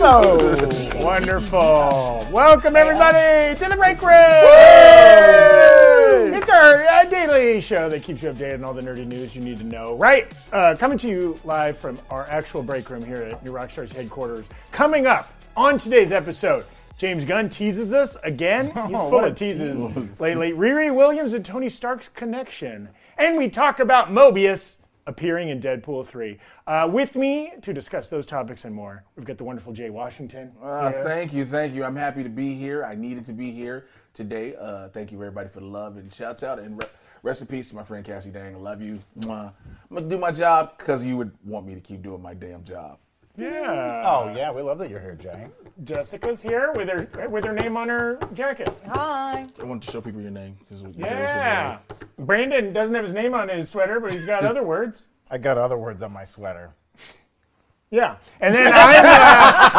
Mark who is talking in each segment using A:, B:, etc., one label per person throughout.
A: Oh, wonderful. Welcome, everybody, to the break room. It's our uh, daily show that keeps you updated on all the nerdy news you need to know. Right. Uh, coming to you live from our actual break room here at New Rockstars headquarters. Coming up on today's episode. James Gunn teases us again. He's full
B: Oh, what
A: of
B: a
A: teases
B: tease.
A: lately. Riri Williams and Tony Stark's connection. And we talk about Mobius appearing in Deadpool 3. Uh, with me to discuss those topics and more, we've got the wonderful Jay Washington.
B: Uh, Thank you, thank you. I'm happy to be here. I needed to be here today. Uh, thank you, everybody, for the love and shout out and re- rest in peace to my friend Cassie Dang. I love you. Mwah. I'm gonna do my job because you would want me to keep doing my damn job.
A: Yeah.
C: Oh yeah, we love that you're here, Jay.
A: Jessica's here with her with her name on her jacket.
D: Hi.
B: I want to show people your name. 'cause you
A: Yeah. Brandon doesn't have his name on his sweater, but he's got other words.
C: I got other words on my sweater.
A: Yeah, and then I'm uh,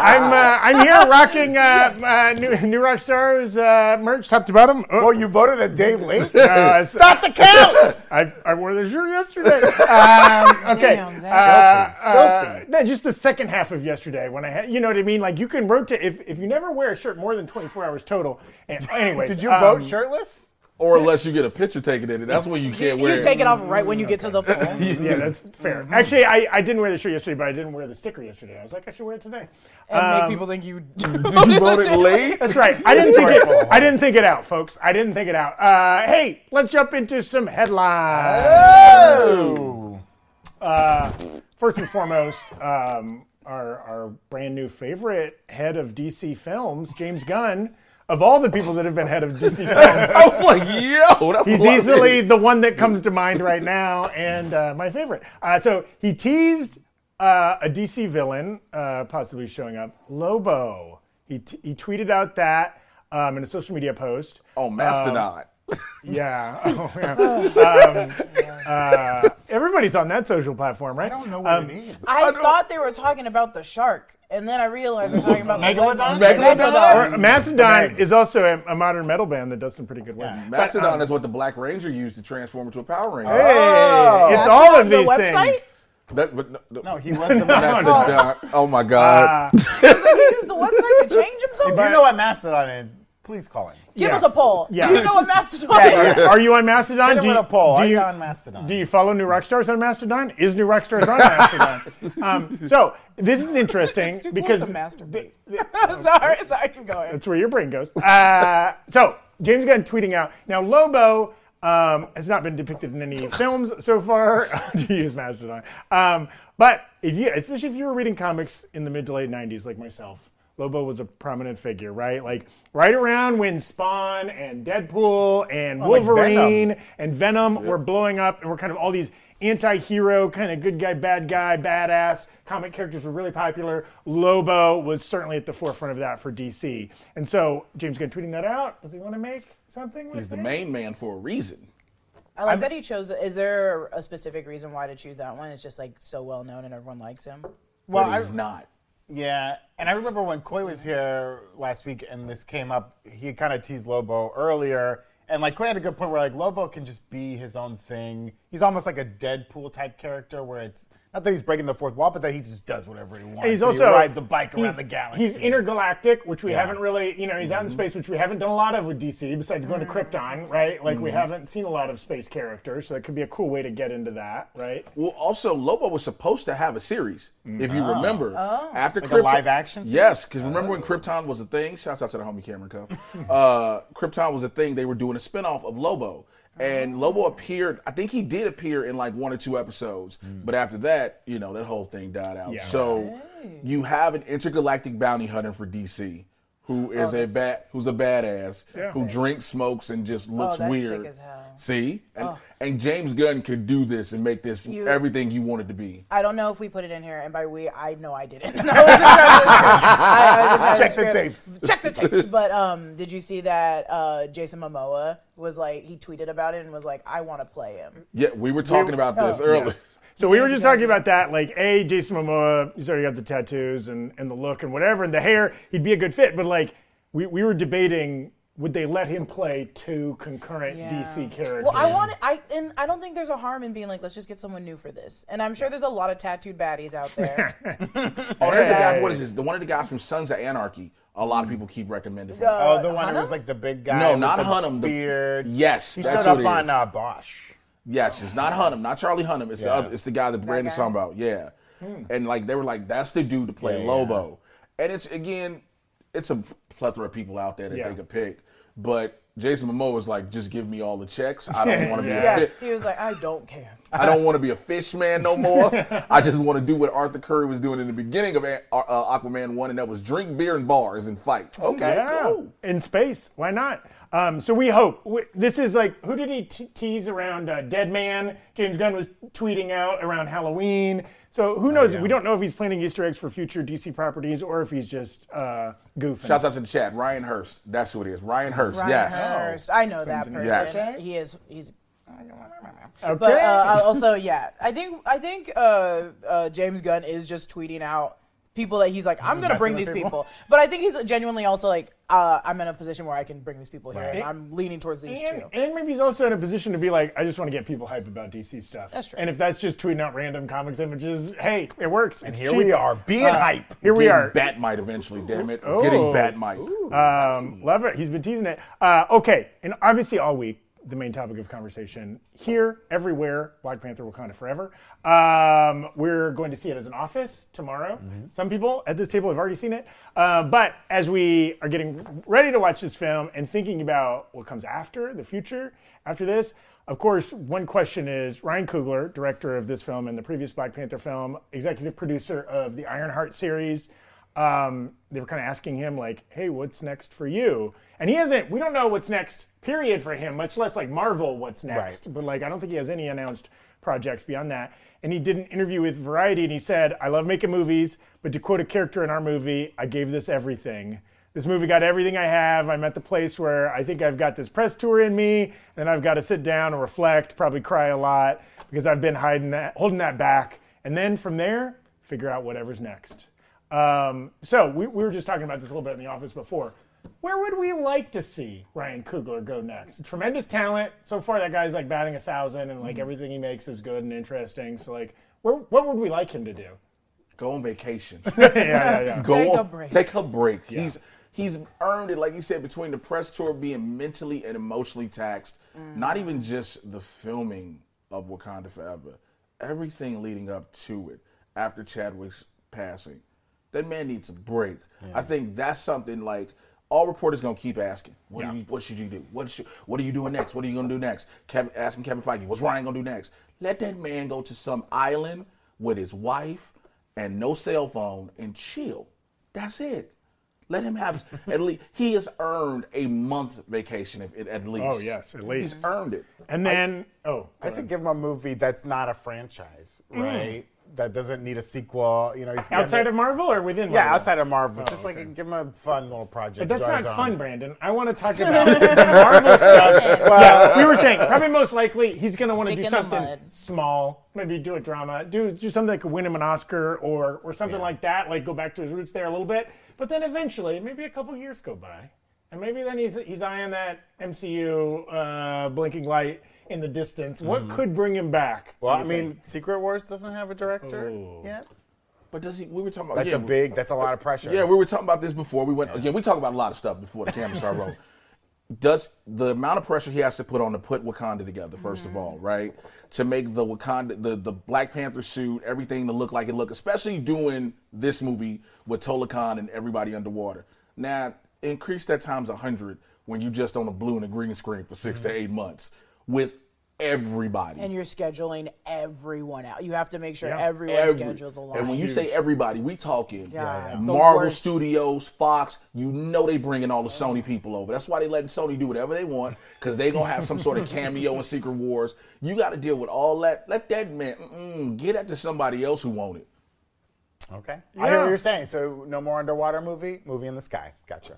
A: I'm, uh, I'm here rocking uh, uh, new, new Rockstars uh, merch top to bottom.
C: Oh,
A: Oh,
C: you voted a day late.
A: uh,
C: Stop the count.
A: I, I wore the shirt yesterday. Um, okay,
D: Damn, Zach.
A: uh, uh,
C: Filthy.
A: no, just the second half of yesterday when I had, you know what I mean. Like you can rotate if, if you never wear a shirt more than 24 hours total. And anyways,
C: Did you
A: um,
C: vote shirtless?
B: Or unless you get a picture taken in it, that's when you can't wear
D: You take it off right when you get to the poll.
A: Yeah, that's fair.
C: Mm-hmm.
A: Actually, I, I didn't wear the shirt yesterday, but I didn't wear the sticker yesterday. I was like, I should wear it today.
D: and make people think you voted
B: Voted late.
A: That's right. I didn't think it. I didn't think it out, folks. I didn't think it out. Uh, hey, let's jump into some headlines. Uh, first and foremost, um, our our brand new favorite head of DC Films, James Gunn. Of all the people that have been head of DC Films,
B: I was like, yo, that's a
A: He's
B: lot of
A: easily
B: it.
A: the one that comes to mind right now, and uh, my favorite. Uh, so he teased uh, a DC villain uh, possibly showing up, Lobo. He, t- he tweeted out that um, in a social media post.
B: Oh, Mastodon.
C: Um,
A: Yeah. Oh, yeah. Um, uh, everybody's on that social platform, right?
C: I don't know what
A: Um,
C: it means.
D: I thought they were talking about the shark, and then I realized they're talking about
C: Megalodon?
D: The
B: Megalodon?
A: Or uh, Mastodon is also a, a modern metal band that does some pretty good work. um,
C: Yeah.
B: Mastodon is what the Black Ranger used to transform into a Power Ranger.
A: Hey, it's
D: Oh. Mastodon,
A: all of
D: the
A: these
D: website?
A: things.
B: That- but no, no.
C: No, Uh, he was the Mastodon.
B: Mastodon. Oh my God.
D: It's like he used the website to change himself.
C: If you know what Mastodon is, please call him.
D: Give
A: Yeah.
D: us a poll.
A: Yeah.
D: Do you know what Mastodon is?
A: Are you on Mastodon?
C: Hit him
A: Do you-
C: with a poll.
A: do
C: Are
A: you-
C: you on Mastodon?
A: Do you follow New Rockstars on Mastodon? Is New Rockstars on Mastodon? um, so this is interesting
D: It's too close
A: because
D: to masturbate.
A: th-
D: sorry, sorry, keep going.
A: that's where your brain goes. Uh, so James Gunn tweeting out now Lobo um, has not been depicted in any films so far to use Mastodon. Um, but if you, especially if you were reading comics in the mid to late '90s, like myself. Lobo was a prominent figure, right? Like right around when Spawn and Deadpool and
C: Oh, like Venom.
A: Wolverine and Venom were blowing up, and were kind of all these anti-hero kind of good guy, bad guy, badass comic characters were really popular. Lobo was certainly at the forefront of that for DC, and so James Gunn tweeting that out. Does he want to make something with
B: He's the
A: it?
B: main man for a reason.
D: I like that he chose. Is there a specific reason why to choose that one? It's just like so well known and everyone likes him.
C: well,
B: but
C: I,
B: he's not.
C: yeah, and I remember when Coy was here last week and this came up, he kind of teased Lobo earlier. And like Coy had a good point where like Lobo can just be his own thing. He's almost like a Deadpool type character where it's not that he's breaking the fourth wall, but that he just does whatever he wants.
A: And he's
C: So
A: also
C: he rides a bike around
A: he's-
C: the galaxy. Mm-hmm.
A: He's intergalactic, which we haven't really, you know, he's out in space, which we haven't done a lot of with DC besides going to Krypton, right? Like
C: Mm-hmm.
A: we haven't seen a lot of space characters, so that could be a cool way to get into that, right?
B: Well, also Lobo was supposed to have a series, if you remember. Oh. After
C: a live action series? Oh.
B: Yes, because remember when Krypton was a thing? Shouts out to the homie Cameron Cuff. uh, Krypton was a thing. They were doing a spinoff of Lobo,
D: Oh.
B: and Lobo appeared. I think he did appear in like one or two episodes,
C: Mm.
B: but after that, you know, that whole thing died out.
A: Yeah.
B: So you have an intergalactic bounty hunter for DC. Who
D: Oh,
B: is a bat? Who's a badass? Who drinks, smokes, and just looks
D: Oh, that's sick
B: weird?
D: as hell.
B: See, and, and James Gunn could do this and make this
D: Ah. You-
B: everything you want it to be.
D: I don't know if we put it in here, and by we, I know I didn't. I was in charge of the script. I- I was in charge
C: Check
D: of
C: the
D: script. Check the tapes. But um, did you see that uh, Jason Momoa was like he tweeted about it and was like, "I want to play him."
B: Yeah, we were talking about this
D: Oh.
B: earlier.
A: So we were just talking about that, like a Jason Momoa, he's already got the tattoos and, and the look and whatever and the hair, he'd be a good fit. But like we, we were debating would they let him play two concurrent
D: Yeah.
A: DC characters?
D: Well, I want I and I don't think there's a harm in being like, let's just get someone new for this. And I'm sure there's a lot of tattooed baddies out there.
B: Oh, there's a guy.
A: Hey.
B: What is this? The one of the guys from Sons of Anarchy. A lot
D: Mm.
B: of people keep recommending. for him.
D: Uh,
C: oh, the one who was
D: Hunnam?
C: like the big guy.
B: No,
C: with
B: not
C: the
B: Hunnam, the-
C: Beard.
B: Yes,
C: he
B: that's
C: showed up
B: who it is.
C: on uh, Bosch.
B: Yes, it's not Hunnam, not Charlie Hunnam. It's the
C: Yeah. Hmm.
B: other, it's the guy that Brandon's
D: guy?
B: talking about. Yeah, and like they were like, that's the dude to play
C: Yeah, yeah.
B: Lobo, and it's again, it's a plethora of people out there that
A: Yeah.
B: they could pick, but Jason Momoa was like, just give me all the checks. I don't want to be. A
D: yes.
B: fi-
D: He was like, I don't care.
B: I don't want to be a fish man no more. I just want to do what Arthur Curry was doing in the beginning of A- uh, Aquaman One, and that was drink beer and bars and fight. Okay,
A: Oh, Yeah,
B: cool.
A: in space. Why not? Um, so we hope we, this is like who did he t- tease around uh, Dead Man? James Gunn was tweeting out around Halloween. So who knows? We don't know if he's planning Easter eggs for future DC properties or if he's just uh, goofing.
B: Shouts out to the chat, Ryan Hurst. That's who it is, Ryan Hurst.
D: Ryan
B: yes.
D: Hurst. I know that person.
B: Yes. Okay.
D: He is. He's. Okay.
A: Okay.
D: But uh, I also, yeah, I think I think uh, uh, James Gunn is just tweeting out people that he's like, I'm gonna bring
C: messing
D: these
C: with
D: people.
C: people.
D: But I think he's genuinely also like, uh, I'm in a position where I can bring these people here,
C: Right.
D: and I'm leaning towards these
A: And,
D: two.
A: and maybe he's also in a position to be like, I just want to get people hype about DC stuff.
D: That's true.
A: And if that's just tweeting out random comics images, hey, it works. And
C: here we are, being hype.
A: Oh. Here we
B: Getting
A: are.
B: Batmite eventually, damn it.
A: Oh.
B: Getting Batmite.
A: Um, love it. He's been teasing it. Uh, okay, and obviously all week the main topic of conversation here, everywhere. Black Panther, Wakanda forever. Um, we're going to see it as an office tomorrow. Some people at this table have already seen it, uh, but as we are getting ready to watch this film and thinking about what comes after the future after this. Of course, one question is Ryan Coogler, director of this film and the previous Black Panther film, executive producer of the Ironheart series, um, they were kind of asking him like, "Hey, what's next for you?" And he hasn't. We don't know what's next. Period for him. Much less like Marvel, what's next. But like, I don't think he has any announced projects beyond that. And he did an interview with Variety, and he said, "I love making movies, but to quote a character in our movie, I gave this everything." This movie got everything I have. I'm at the place where I think I've got this press tour in me, and I've got to sit down and reflect, probably cry a lot because I've been hiding that, holding that back. And then from there, figure out whatever's next. Um, so we, we were just talking about this a little bit in the office before. Where would we like to see Ryan Coogler go next? Tremendous talent. So far, that guy's like batting a thousand, and like
C: Mm-hmm.
A: everything he makes is good and interesting. So like, where, what would we like him to do?
B: Go on vacation.
A: Yeah, yeah, yeah.
B: Go
D: Take a
B: on,
D: break.
B: Take a break. He's he's earned it, like you said, between the press tour being mentally and emotionally taxed, not even just the filming of Wakanda Forever, everything leading up to it after Chadwick's passing. That man needs a break. I think that's something like all reporters gonna keep asking. What do you, what should you do? What should, what are you doing next? What are you gonna do next? Kevin, asking Kevin Feige, what's Ryan gonna do next? Let that man go to some island with his wife and no cell phone and chill. That's it. Let him have at least he has earned a month vacation if it, at least.
A: Oh, yes, at least.
B: He's earned it.
A: And then, oh,
C: I said give him a movie that's not a franchise, right? That doesn't need a sequel. You know, he's gotta
A: Mm. outside
C: make-
A: of Marvel or within?
C: yeah,
A: Marvel?
C: outside of Marvel, just
A: okay.
C: like give him a fun little project.
A: But that's
C: to draw
A: not
C: his own.
A: fun, Brandon. I want to talk about Marvel stuff. Yeah, we were saying probably most likely he's going to want to
D: Stick
A: do
D: in the
A: something
D: mud.
A: small, maybe do a drama, do do something that could win him an Oscar or or something like that. Like go back to his roots there a little bit. But then eventually, maybe a couple years go by, and maybe then he's he's eyeing that MCU uh, blinking light in the distance. What could bring him back?
C: Mm-hmm. Well, I
A: do you think? Oh.
C: mean, Secret Wars doesn't have a director yet.
B: But does he we were talking about
C: That's
B: yeah,
C: a big. That's a lot of pressure.
B: Yeah, we were talking about this before. We went again, we talked about a lot of stuff before the camera started rolling. Does the amount of pressure he has to put on to put Wakanda together, 1st of all, right? To make the Wakanda the, the Black Panther suit, everything to look like it look, especially doing this movie with Tola Khan and everybody underwater. Now, increase that times hundred when you just on a blue and a green screen for 6 to eight months with everybody.
D: And you're scheduling everyone out. You have to make sure
A: Yeah.
D: everyone's
B: Every-
D: schedules aligned.
B: And when you say everybody, we talking
D: Yeah, yeah. The
B: Marvel
D: worst.
B: Studios, Fox. You know they bringing all the Sony people over. That's why they letting Sony do whatever they want because they gonna have some sort of cameo in Secret Wars. You got to deal with all that. Let that man mm-mm, get that to somebody else who want it.
C: Okay. I hear
A: Yeah.
C: what you're saying. So no more underwater movie. Movie in the sky. Gotcha.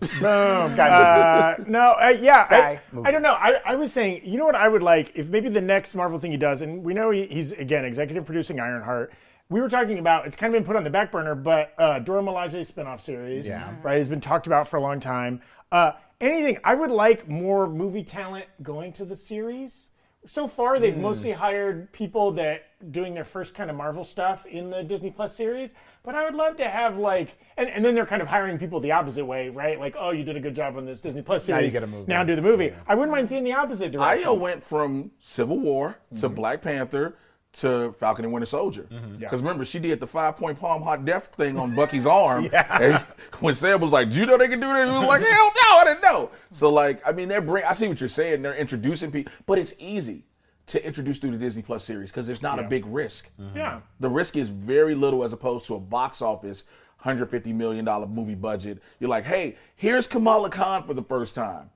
A: Uh, no, uh, yeah,
C: Sky,
A: I,
C: move
A: I don't know. I, I was saying, you know what I would like if maybe the next Marvel thing he does, and we know he, he's again executive producing Ironheart. We were talking about it's kind of been put on the back burner, but uh, Dora Milaje's spinoff series,
C: Yeah.
A: right, has been talked about for a long time. Uh, anything. I would like more movie talent going to the series. So far, they've
C: Hmm.
A: mostly hired people that doing their first kind of Marvel stuff in the Disney Plus series. But I would love to have like, and, and then they're kind of hiring people the opposite way, right? Like, oh, you did a good job on this Disney Plus series.
C: you get a movie.
A: Now do the movie. I wouldn't mind seeing the opposite direction.
B: Io went from Civil War to Black Panther to Falcon and Winter Soldier. Because remember, she did the five point palm hot death thing on Bucky's arm. And when Sam was like, Do you know they can do that? He was like, Hell no, I didn't know. So, like, I mean, they're bring, I see what you're saying. They're introducing people, but it's easy to introduce through the Disney Plus series because there's not a big risk.
A: yeah.
B: The risk is very little as opposed to a box office $150 million movie budget. You're like, hey, here's Kamala Khan for the first time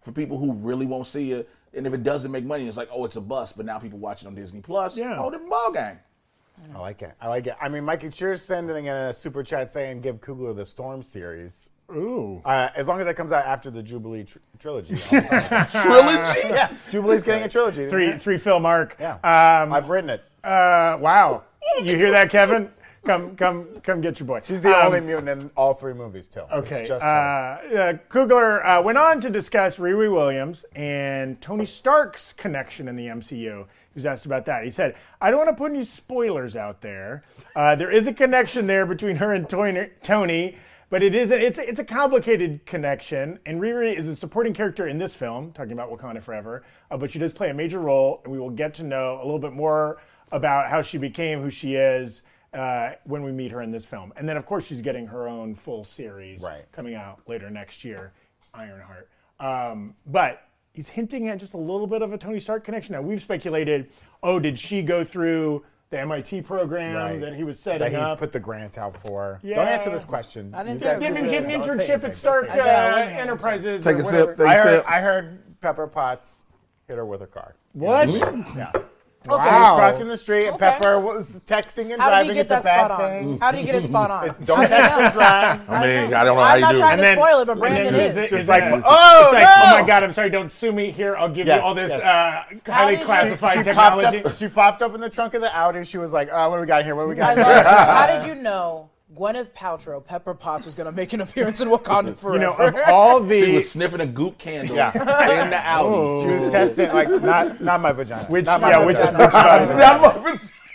B: for people who really won't see it. And if it doesn't make money, it's like, oh, it's a bust. But now people watch it on Disney Plus.
A: Yeah.
B: Oh, the ball gang.
A: Uh,
C: I like it. I like it. I mean, Mikey, cheers sending a super chat saying give Kugler the Storm series.
A: Ooh.
C: Uh, as long as that comes out after the Jubilee tr- trilogy. I'll-
B: Trilogy.
C: yeah, Jubilee's getting a trilogy.
A: Three three film arc.
C: Yeah.
A: Um,
C: I've written it.
A: uh, wow. You hear that, Kevin? Come come come get your boy.
C: She's the
A: Um,
C: only mutant in all three movies, too.
A: Okay.
C: It's just
A: uh,
C: her.
A: uh, Kugler uh, went on to discuss Riri Williams and Tony Stark's connection in the MCU. He was asked about that. He said, I don't want to put any spoilers out there. Uh, there is a connection there between her and Toy- Tony, but it isn't, it's, a- it's a complicated connection. And Riri is a supporting character in this film, talking about Wakanda Forever, uh, but she does play a major role, and we will get to know a little bit more about how she became who she is uh, when we meet her in this film. And then, of course, she's getting her own full series
C: Right.
A: coming out later next year, Ironheart. Um, but he's hinting at just a little bit of a Tony Stark connection. Now, we've speculated oh, did she go through the MIT program
C: Right.
A: that he was
C: that
A: setting
C: he's
A: up?
C: put the grant out for.
A: Yeah.
C: Don't answer this question.
D: I didn't
C: You
D: say
C: guys
D: it
A: didn't
D: was
C: do
A: get an
C: it. Don't say
A: internship
C: anything.
A: at Stark
C: Don't
A: uh,
C: say anything.
D: said I wasn't gonna
A: Enterprises.
B: Take
A: or
B: a sip,
A: whatever.
B: take-
C: I
B: They
C: heard,
B: said-
C: I heard Pepper Potts hit her with a car.
A: What?
C: Yeah. He was
D: Wow.
C: crossing the street, and
D: Okay.
C: Pepper was texting and
D: How did
C: driving.
D: he get
C: it's a
D: that
C: bad
D: spot on?
C: thing.
D: How did he get it spot on?
C: Don't
D: How do you
C: text
D: know?
C: and drive.
B: I mean,
D: know.
B: I don't know how
D: I'm
B: you
D: not
B: do it.
D: trying
A: And
D: to
A: then-
D: spoil it,
A: and
D: but
A: then
D: Brandon
A: he's-
D: is.
A: he's
C: She's
A: like,
C: like,
A: oh,
C: "Oh,
A: it's like, oh
C: no!"
A: my God, I'm sorry, don't sue me. Here, I'll give
C: Yes,
A: you all this
C: yes.
A: uh, highly
D: did you-
A: classified
C: She popped,
A: technology.
C: up, she popped up in the trunk of the Audi. She was like, oh, what do we got here? What do we
D: I
C: got
D: love
C: here?
D: it. How did you know Gwyneth Paltrow, Pepper Potts, was going to make an appearance in Wakanda Forever?
A: You know, of all the.
B: She was sniffing a goop candle
C: Yeah. Oh.
B: in the Audi.
C: She was testing, like, not not my vagina.
A: which,
C: not my
A: yeah, which, which,
C: vagina.
A: vagina?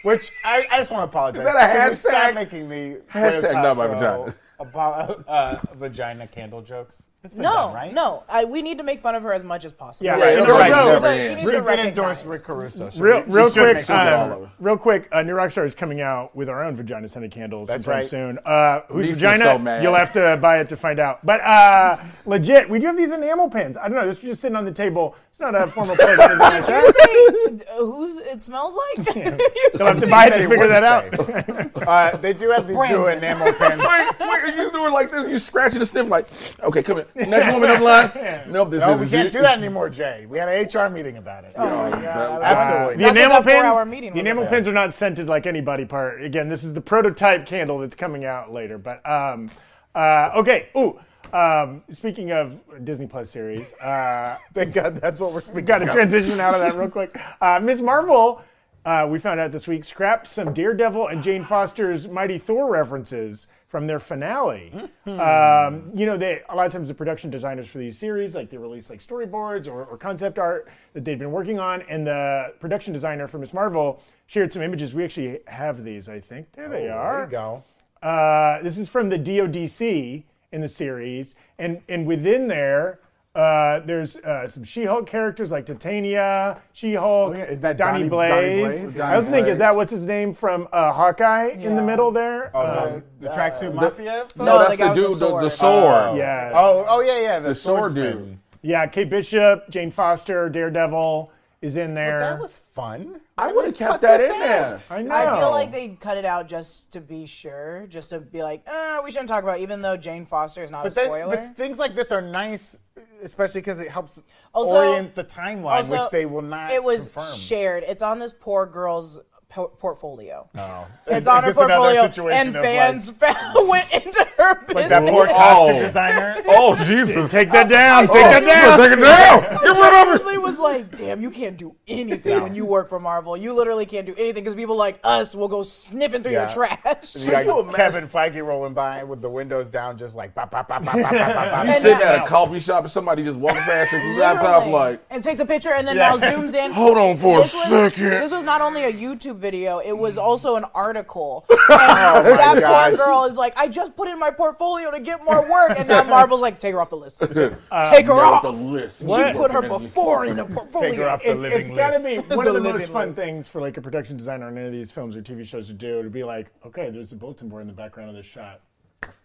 C: Which I, I just want to apologize.
B: Is that a
C: Can we stop
B: hashtag?
C: making the
B: Hashtag not my
C: Paltrow apo- uh, vagina candle jokes. It's been
D: no,
C: done, right?
D: no. I, we need to make fun of her as much as possible.
A: Yeah,
B: Right,
A: and
B: right,
A: also-
B: right.
D: She needs to
C: We did endorse
D: recognize.
C: Rick Caruso. so
A: Real,
C: we-
A: real
C: she should
A: quick,
C: make sure that all
A: um,
C: over.
A: real quick. Uh, New Rockstar is coming out with our own vagina scented candles
C: That's
A: sometime
C: right.
A: soon. Uh, whose
B: Lisa's
A: vagina?
B: so mad.
A: You'll have to buy it to find out. But uh, legit, we do have these enamel pins. I don't know. This is just sitting on the table. It's not a formal plug. or anything like
D: Did
A: that.
D: you say uh, who's it smells like?
A: You'll have to buy it
C: He
A: to figure
C: wouldn't
A: that out.
C: say. uh, they do have these new
D: Brandon.
C: enamel pins.
B: Wait, wait, you doing like this? You scratching the sniff like, okay, come here. Next woman in line. Nope, this
C: No,
B: is
C: we can't do that anymore, Jay. We had an HR meeting about it.
D: Oh my God, I-
C: Absolutely.
A: The
D: That's what
A: enamel
D: that four-hour
A: pins. The
D: meeting was
A: enamel
D: about.
A: pins are not scented like any body part. Again, this is the prototype candle that's coming out later. But um, uh, okay. Ooh. Um, speaking of Disney Plus series, uh,
C: Thank God that's what we're speaking
A: Got to
C: about.
A: transition out of that real quick. Uh, Ms. Marvel, uh, we found out this week, scrapped some Daredevil and Jane Foster's Mighty Thor references from their finale.
C: Hmm.
A: um, you know, they a lot of times the production designers for these series, like they release like storyboards or, or concept art that they've been working on, and the production designer for Ms. Marvel shared some images. We actually have these, I think. There they are.
C: Oh, There you go.
A: Uh, this is from the DODC in the series, and and within there, uh, there's uh, some She-Hulk characters like Titania, She-Hulk,
C: Oh, yeah. Is that
A: Donnie,
C: Donnie- Donnie
A: Blaze.
C: Blaze?
A: I was
C: Donnie
A: thinking, is
C: Blaze.
A: that what's his name from uh, Hawkeye in the
D: Yeah.
A: middle there?
C: Oh,
A: Uh,
C: the, the tracksuit mafia?
B: No,
D: No,
B: that's
D: the guy
B: the dude,
D: with the
B: the, the
D: sword.
B: sword.
A: yes.
C: Oh, oh yeah, yeah. The,
B: The sword
C: swordsman.
B: dude.
A: yeah. Kate Bishop, Jane Foster, Daredevil is in there.
C: That was fun.
B: I would have kept that in there.
A: I know.
D: I feel like they cut it out just to be sure, just to be like, uh, we shouldn't talk about, it, even though Jane Foster is not a
C: But, that,
D: spoiler.
C: but things like this are nice, especially because it helps
D: Also-
C: orient the timeline,
D: Also,
C: which they will not.
D: It was
C: confirm.
D: shared. It's on this poor girl's po- portfolio.
C: Oh.
D: It's on her
C: Is this another
D: portfolio,
C: situation
D: and
C: of, like-
D: fans fell- went into their business.
C: That poor
B: Oh.
C: costume designer.
E: Oh Jesus!
A: Take that down. oh, Take that
E: Yeah,
A: down.
E: Take it down. Get rid of it.
D: literally was like, damn, you can't do anything when you work for Marvel. You literally can't do anything because people like us will go sniffing through
C: Yeah.
D: your trash.
C: You got
B: you imagine-
C: Kevin Feige rolling by with the windows down, just like pop, pop, pop, pop, pop, pop, pop.
B: You
D: And
B: sitting
D: that-
B: at a coffee shop and somebody just walking past your laptop
D: Literally.
B: like,
D: and takes a picture and then
C: Yeah.
D: now zooms in.
E: Hold on for a
D: This was-
E: second.
D: This was not only a YouTube video; it was also an article. And that
C: gosh.
D: poor girl is like, "I just put in my portfolio to get more work," and now Marvel's like, "Take her off the list. Take her
B: off
D: off."
B: the list.
A: What?
D: She put her before in the portfolio.
C: Take her off the
A: It,
C: living
A: it's got to
C: list.
A: be one of the
D: living
A: most fun
D: list.
A: things for like a production designer on any of these films or TV shows to do to be like, okay, there's a bulletin board in the background of this shot.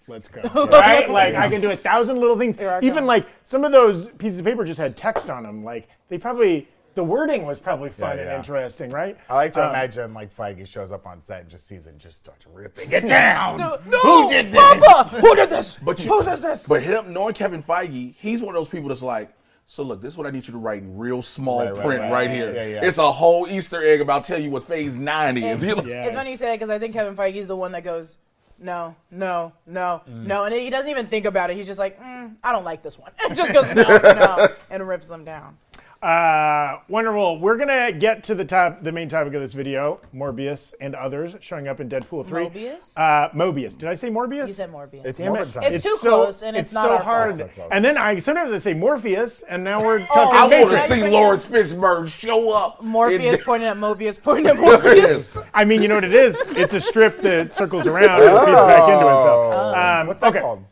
A: Let's go. right? Like I can do a thousand little things.
D: Here I
A: Even
D: come.
A: like some of those pieces of paper just had text on them. Like they probably the wording was probably fun
C: yeah.
A: and interesting, right? Um,
C: I like to imagine like Feige shows up on set and just sees it and just starts ripping it down.
D: No, who did this? Papa, who did this?
B: But you,
D: who does this?
B: But hit up knowing Kevin Feige, he's one of those people that's like, so look, this is what I need you to write in real small
C: Right, right,
B: print
C: right.
B: right, here.
C: Yeah, yeah.
B: It's a whole Easter egg about tell you what phase nine is.
D: It's-
B: You're like,
A: Yeah.
D: It's funny you say that because I think Kevin Feige is the one that goes, no, no, no, no, and he doesn't even think about it. He's just like, mm, I don't like this one. And just goes no, no, and rips them down.
A: Uh, wonderful. We're gonna get to the top, the main topic of this video: Morbius and others showing up in Deadpool three.
D: Morbius?
A: Uh, Mobius. Did I say Morbius?
D: He said Morbius.
C: It's
A: Damn it.
C: Morbius.
D: It's too close, and it's not
A: so
D: our fault.
A: hard.
C: It's so close.
A: and then I sometimes I say Morpheus, and now we're talking
D: Oh,
B: I want
A: Matrix.
B: to see Lawrence Fishburne show up. in
D: Morpheus
B: the-
D: pointing at Mobius, pointing at Morbius.
A: I mean, you know what it is? It's a strip that circles around and feeds back into itself. Um,
C: Oh. What's that
A: okay.
C: called?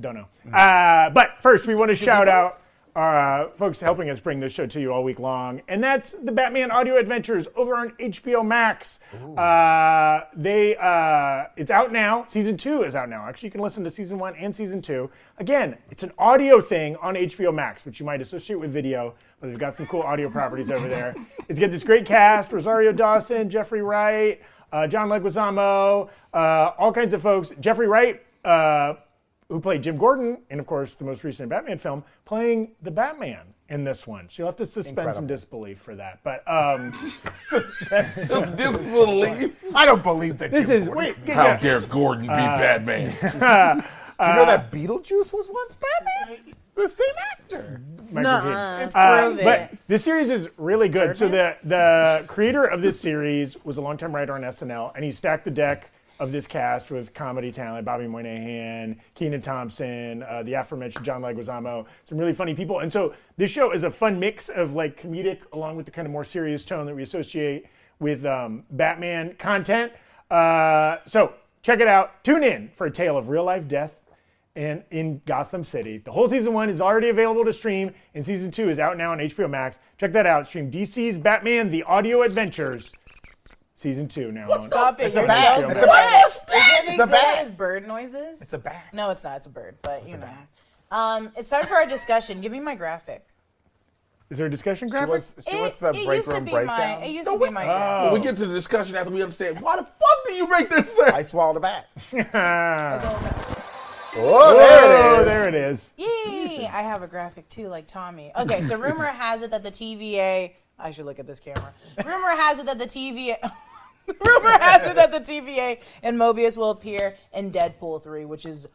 A: Don't know. Uh, but first, we want to shout out our uh, folks helping us bring this show to you all week long, and that's the Batman Audio Adventures over on HBO Max. Uh, they uh, it's out now. Season two is out now. Actually, you can listen to season one and season two. Again, it's an audio thing on HBO Max, which you might associate with video, but they've got some cool audio properties over there. It's got this great cast: Rosario Dawson, Jeffrey Wright, uh, John Leguizamo, uh, all kinds of folks. Jeffrey Wright. Uh, who played Jim Gordon in, of course, the most recent Batman film, playing the Batman in this one. So you'll have to suspend some
C: Incredible.
A: disbelief for that. But um,
B: Disbelief.
C: I don't believe that.
A: this
C: Jim
A: is
C: Gordon-
A: wait, get-
B: How
A: yeah.
B: dare Gordon be Batman?
C: Do you know that Beetlejuice was once Batman? The same actor.
A: Michael Keaton.
D: Nuh-uh.
A: Uh,
D: Prove
A: but
D: it.
A: this series is really good. So the the creator of this series was a longtime writer on SNL, and he stacked the deck of this cast with comedy talent: Bobby Moynihan, Keenan Thompson, uh, the aforementioned John Leguizamo, some really funny people. And so this show is a fun mix of like comedic, along with the kind of more serious tone that we associate with um, Batman content. Uh, so check it out. Tune in for a tale of real life death and in Gotham City. The whole season one is already available to stream, and season two is out now on HBO Max. Check that out. Stream DC's Batman: The Audio Adventures, season two now. on-
D: Stop it.
C: a
D: You're
C: bat.
D: so
A: It's a
D: good.
C: bat.
D: Is that any
C: It's a
D: good
C: bat.
D: as bird noises?
C: It's a bat.
D: No, it's not. It's a bird, but you know. Um, it's time for our discussion. Give me my graphic.
A: Is there a discussion
C: She
A: graphic?
C: wants, she wants the break
D: used to
C: room
D: be
C: breakdown.
D: my. It used to be my. graphic.
B: we get to the discussion after we understand why the fuck do you make this sound?
C: I swallowed a bat.
A: oh, there it is.
D: Yay! I have a graphic too, like Tommy. Okay, so rumor has it that the TVA. I should look at this camera. Rumor has it that the TVA. rumor has it that the TVA and Mobius will appear in Deadpool 3, which is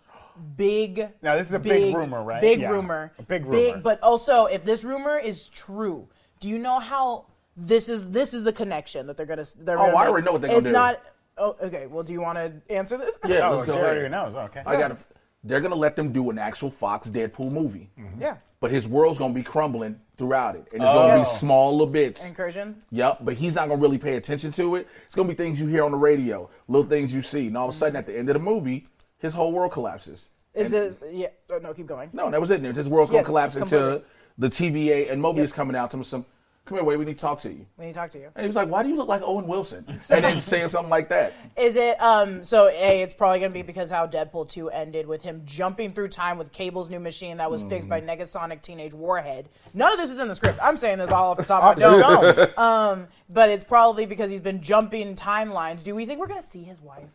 D: big.
C: Now, this is a big rumor, right?
D: Big
C: Yeah.
D: rumor.
C: A big rumor.
D: But also, if this rumor is true, do you know how this is? This is the connection that they're gonna. They're
B: Oh,
D: gonna
B: I
D: make.
B: already know what they're gonna
D: it's
B: do.
D: not. Oh, okay. Well, do you want to answer this?
B: Yeah,
C: Oh,
B: let's go
C: Jerry
B: ahead.
C: already knows. Okay.
B: I gotta. They're gonna let them do an actual Fox Deadpool movie,
D: Yeah.
B: but his world's gonna be crumbling throughout it, and it's gonna be
D: Yes.
B: small little bits.
D: Incursion.
B: Yep, but he's not gonna really pay attention to it. It's gonna be things you hear on the radio, little things you see, and all of a sudden at the end of the movie, his whole world collapses.
D: Is this? Yeah. Oh, no, keep going.
B: No, that was it. His world's gonna
D: Yes,
B: collapse into
D: completely.
B: the TVA, and Mobius coming out to him. Some, come here, wait, we need to talk to you.
D: We need to talk to you.
B: And he was like, "Why do you look like Owen Wilson?" and then saying something like that.
D: Is it um so A, it's probably gonna be because how Deadpool 2 ended with him jumping through time with Cable's new machine that was fixed by Negasonic Teenage Warhead. None of this is in the script. I'm saying this all off the top of my dome. Um, but it's probably because he's been jumping timelines. Do we think we're gonna see his wife?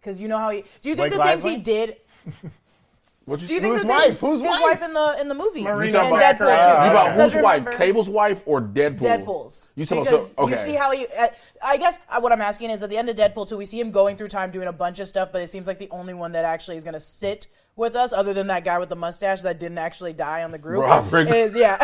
D: Because you know how he do you think
C: Blake
D: the things he
C: Lively?
D: did
B: What you
D: Do you
B: say?
D: think
C: Whose
D: that there was
C: wife? Whose
D: his
C: wife?
D: in the in the movie?
A: Marina
D: and
A: You talking
D: Deadpool
A: about-
D: too.
A: Ah, okay.
B: you about
D: Because
B: whose wife?
D: remember-
B: Cable's wife or Deadpool?
D: Deadpool's.
B: You talking about
D: because
B: so, okay?
D: you see how he. Uh, I guess uh, what I'm asking is at the end of Deadpool 2, we see him going through time doing a bunch of stuff, but it seems like the only one that actually is going to sit with us, other than that guy with the mustache that didn't actually die on the group,
B: Robert-
D: is yeah,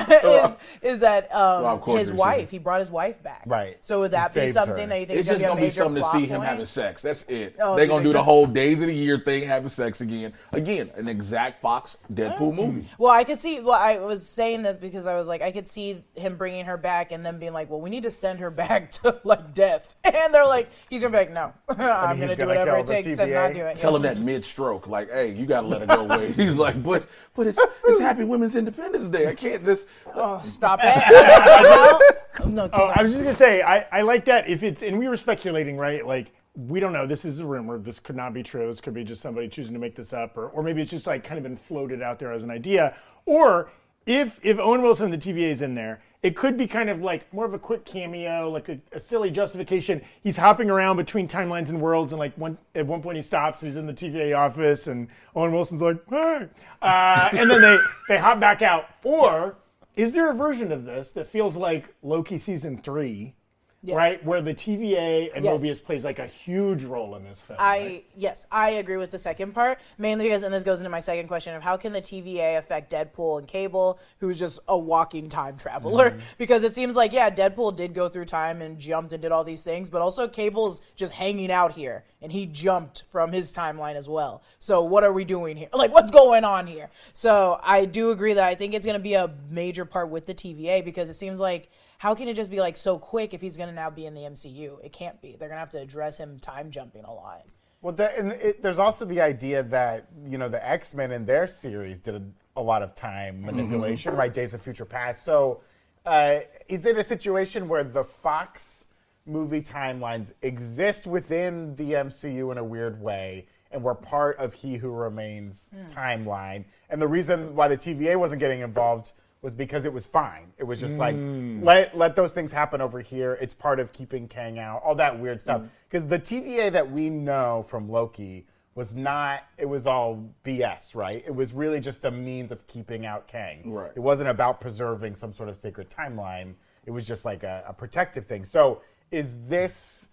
D: is, is that um,
B: Rob Corddry,
D: his
B: so-
D: wife? He brought his wife back,
C: Right.
D: So would
C: He
D: that be
C: saves
D: something
C: her.
D: that you think
B: It's
D: is
B: just
D: going
B: gonna
D: to
B: be
D: major
B: something to
D: plot
B: see him
D: point?
B: having sex. That's it.
D: Oh,
B: They're
D: you
B: gonna
D: think
B: do the
D: so?
B: whole days of the year thing, having sex again. Again, an exact Fox
D: Mm.
B: Deadpool movie.
D: Well, I could see. Well, I was saying that because I was like, I could see him bringing her back and then being like, "Well, we need to send her back to like death," and they're like, "He's gonna be like, no, I'm
C: he's
D: gonna do
C: gonna
D: whatever
C: kill
D: it
C: the
D: takes to
C: TVA.
D: not do it."
B: Tell
D: Yeah.
B: him that mid stroke, like, hey, you gotta let it go away. He's like, but but it's it's Happy Women's Independence Day. I can't just
D: Oh, stop it! no, no,
A: Oh,
D: kidding.
A: I was just gonna say, I, I like that. If it's and we were speculating, right? Like we don't know. This is a rumor. This could not be true. This could be just somebody choosing to make this up, or or maybe it's just like kind of been floated out there as an idea. Or if if Owen Wilson, the TVA, is in there, it could be kind of like more of a quick cameo, like a, a silly justification. He's hopping around between timelines and worlds, and like one at one point he stops. He's in the TVA office, and Owen Wilson's like, "Hey," uh, and then they they hop back out, or is there a version of this that feels like Loki season three, right? Where the TVA and
D: Yes.
A: Mobius plays like a huge role in this film.
D: I yes, I agree with the second part mainly because, and this goes into my second question of how can the TVA affect Deadpool and Cable, who's just a walking time traveler? Because it seems like yeah, Deadpool did go through time and jumped and did all these things, but also Cable's just hanging out here and he jumped from his timeline as well. So what are we doing here? Like what's going on here? So I do agree that I think it's going to be a major part with the TVA because it seems like. How can it just be like so quick if he's going to now be in the MCU? It can't be. They're going to have to address him time jumping a lot.
C: Well, that, and it, there's also the idea that you know the X Men in their series did a, a lot of time manipulation, right? Days of Future Past. So, uh, is it a situation where the Fox movie timelines exist within the MCU in a weird way, and we're part of He Who Remains timeline? And the reason why the TVA wasn't getting involved was because it was fine. It was just like let let those things happen over here. It's part of keeping Kang out, all that weird stuff. Because the TVA that we know from Loki was not. It was all BS, right? It was really just a means of keeping out Kang.
B: Right.
C: It wasn't about preserving some sort of sacred timeline. It was just like a, a protective thing. So is this?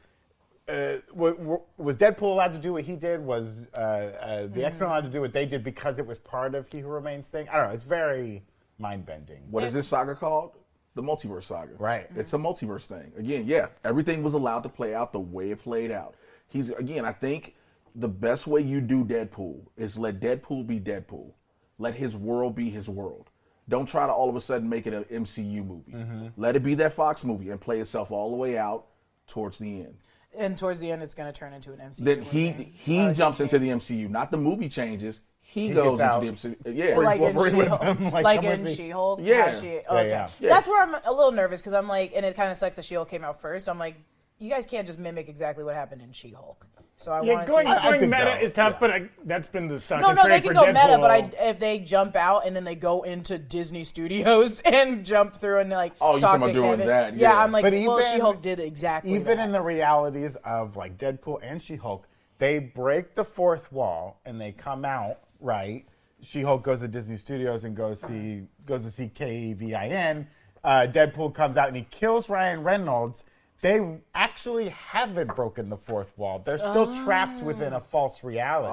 C: Uh, w- w- was Deadpool allowed to do what he did? Was uh, uh, the X Men allowed to do what they did because it was part of He Who Remains thing? I don't know. It's very mind bending.
B: What is this saga called? The multiverse saga.
C: Right.
B: It's a multiverse thing. Again, yeah, everything was allowed to play out the way it played out. He's again, I think the best way you do Deadpool is let Deadpool be Deadpool. Let his world be his world. Don't try to all of a sudden make it an MCU movie. Let it be that Fox movie and play itself all the way out towards the end.
D: And towards the end, it's going to turn into an MCU.
B: Then he
D: movie.
B: he
D: Oh,
B: jumps
D: just
B: into the MCU, not the movie changes. He,
C: He
B: goes
C: gets
B: into the MCU. Yeah,
D: Like in
C: Wolverine with
D: She-Hulk.
C: him,
D: Like,
C: like, come
D: in
C: with me.
D: She-Hulk.
B: Yeah.
D: How she-
B: Yeah,
D: okay.
C: yeah.
B: Yeah.
D: That's where I'm a little nervous because I'm like, and it kind of sucks that She-Hulk came out first. I'm like, you guys can't just mimic exactly what happened in She-Hulk. So I
A: yeah,
D: want to
A: going,
D: see.
C: I-
A: going
C: think
A: meta
C: that-
A: is tough,
C: yeah.
A: but I, that's been the stock.
D: no,
A: and
D: no, they
A: trade
D: can
A: for
D: go meta, but I,
A: Deadpool.
D: if they jump out and then they go into Disney Studios and jump through and like
B: Oh, you're
D: talk
B: talking about
D: to
B: doing
D: Kevin,
B: that,
D: yeah.
B: yeah.
D: I'm like,
C: But
D: well,
C: even-
D: She-Hulk did exactly.
C: Even
D: that.
C: in the realities of like Deadpool and She Hulk, they break the fourth wall and they come out right. She Hulk goes to Disney Studios and goes see goes to see K E V I N. Uh, Deadpool comes out and he kills Ryan Reynolds. They actually haven't broken the fourth wall. They're still trapped within a false reality.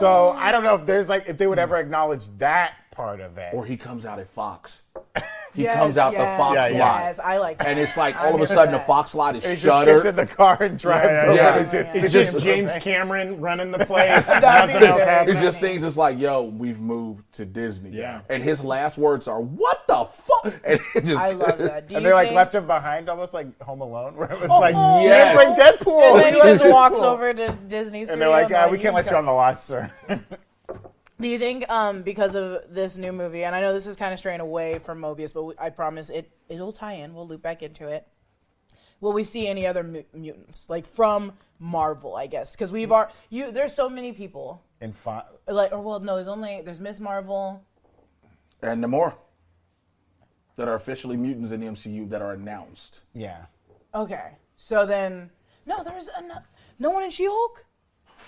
C: So I don't know if there's like if they would ever acknowledge that part of it.
B: or he comes out at Fox. He
D: Yes,
B: comes out the
D: yes,
B: Fox
C: Yeah,
B: lot.
C: yeah.
D: yes, I like that.
B: And it's like
D: I'm
B: all of
D: here
B: a
D: for
B: sudden
D: that.
B: the Fox lot is
C: He just gets in
B: shuttered.
C: the car and drives
A: Yeah,
C: over
B: yeah,
C: to
B: yeah.
C: Disney
A: it's
B: It's
A: just
B: just-
A: James Cameron running the place.
D: That'd be
A: Nothing else
D: good.
A: happens.
B: It's just things. It's like, yo, we've moved to Disney.
A: Yeah.
B: And his last words are, "What the fuck?" And it just.
D: I love that. Do
C: and
D: you
C: they like
D: think-
C: left him behind, almost like Home Alone, where it was
D: Oh,
C: like,
D: oh.
C: you
B: Yes.
C: didn't bring Deadpool.
D: And then he
C: You
D: just
C: didn't
D: walks
C: bring Deadpool."
D: over to Disney Studio.
C: And they're like, yeah, we
D: can
C: can't let you on the lot, sir.
D: Do you think, um, because of this new movie, and I know this is kind of straying away from Mobius, but we, I promise it it'll tie in. We'll loop back into it. Will we see any other mu- mutants like from Marvel? I guess because we've are you. There's so many people.
C: And fi-
D: Like, or well, no, there's only there's Miss Marvel.
B: And Namor. That are officially mutants in the MCU that are announced.
C: yeah.
D: Okay, so then no, there's another. No one in She Hulk.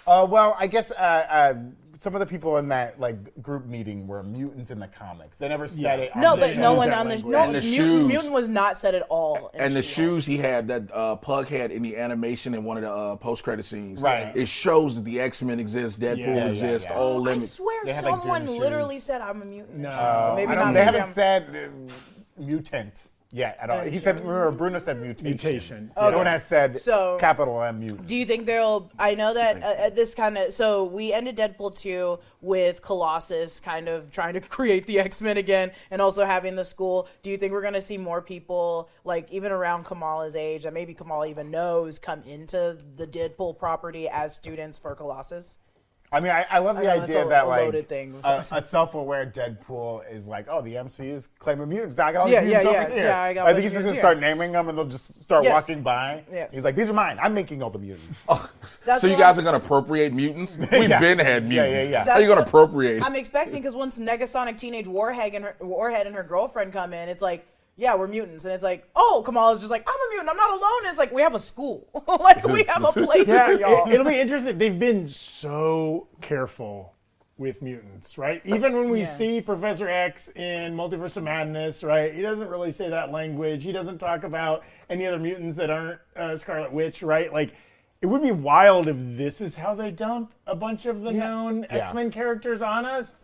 C: Uh, well, I guess uh, uh, some of the people in that like group meeting were mutants in the comics. They never said it. On
D: No,
C: the
D: but
C: show.
D: no
A: use
D: one
A: that
D: on the
A: language.
D: no
B: And the
D: mutant,
B: shoes.
D: mutant was not said at all. in
B: and the
D: She-Hulk.
B: shoes he had that uh, Pug had in the animation in one of the uh, post-credit scenes.
C: Right.
B: It shows that the X-Men exist, Deadpool
A: Yeah, yeah,
B: exists,
C: yeah.
B: all
D: I
B: limits.
D: swear,
C: They had, like,
D: someone
C: gym shoes.
D: literally said, "I'm a mutant."
A: No.
C: Uh,
D: maybe
C: I
D: not.
C: don't- They
D: maybe
C: haven't
D: I'm-
C: said uh, mutant yet at all.
D: Uh,
C: He said. Remember, Bruno said mutation.
A: Mutation.
C: No one has said
D: So-
C: capital M mutant.
D: Do you think there'll? I know that uh, uh, this kind of. So we ended Deadpool two with Colossus kind of trying to create the X Men again, and also having the school. Do you think we're gonna see more people like even around Kamala's age that maybe Kamala even knows come into the Deadpool property as students for Colossus?
C: I mean, I, I love the
D: I know, it's
C: idea
D: a-
C: that
D: a
C: like
D: loaded thing.
C: a, a self-aware Deadpool is like, oh, the MCU's claiming mutants. Now I got all
D: Yeah,
C: these
D: yeah,
C: mutants over
D: yeah,
C: here.
D: yeah, I got a bunch
C: think
D: of
C: he's just gonna
D: mutants
C: start naming them, and they'll just start
D: Yes.
C: walking by.
D: Yes.
C: He's like, these are mine. I'm making all the mutants.
D: That's
B: so you
D: what
B: guys
D: I'm-
B: are gonna appropriate mutants? We've
C: Yeah.
B: been had
C: Yeah, yeah,
B: mutants.
C: yeah.
B: How are you
D: That's
B: gonna
D: what
B: appropriate?
D: I'm expecting because once Negasonic Teenage Warhead and her, Warhead and her girlfriend come in, it's like, yeah, we're mutants, and it's like, oh, Kamala's just like, I'm a mutant, I'm not alone. And it's like we have a school, like we have a place
A: Yeah,
D: for y'all.
A: it, will be interesting. They've been so careful with mutants, right? Even when we
D: Yeah.
A: see Professor X in Multiverse of Madness, right? He doesn't really say that language. He doesn't talk about any other mutants that aren't uh, Scarlet Witch, right? Like, it would be wild if this is how they dump a bunch of the known
C: Yeah.
A: X Men characters on us.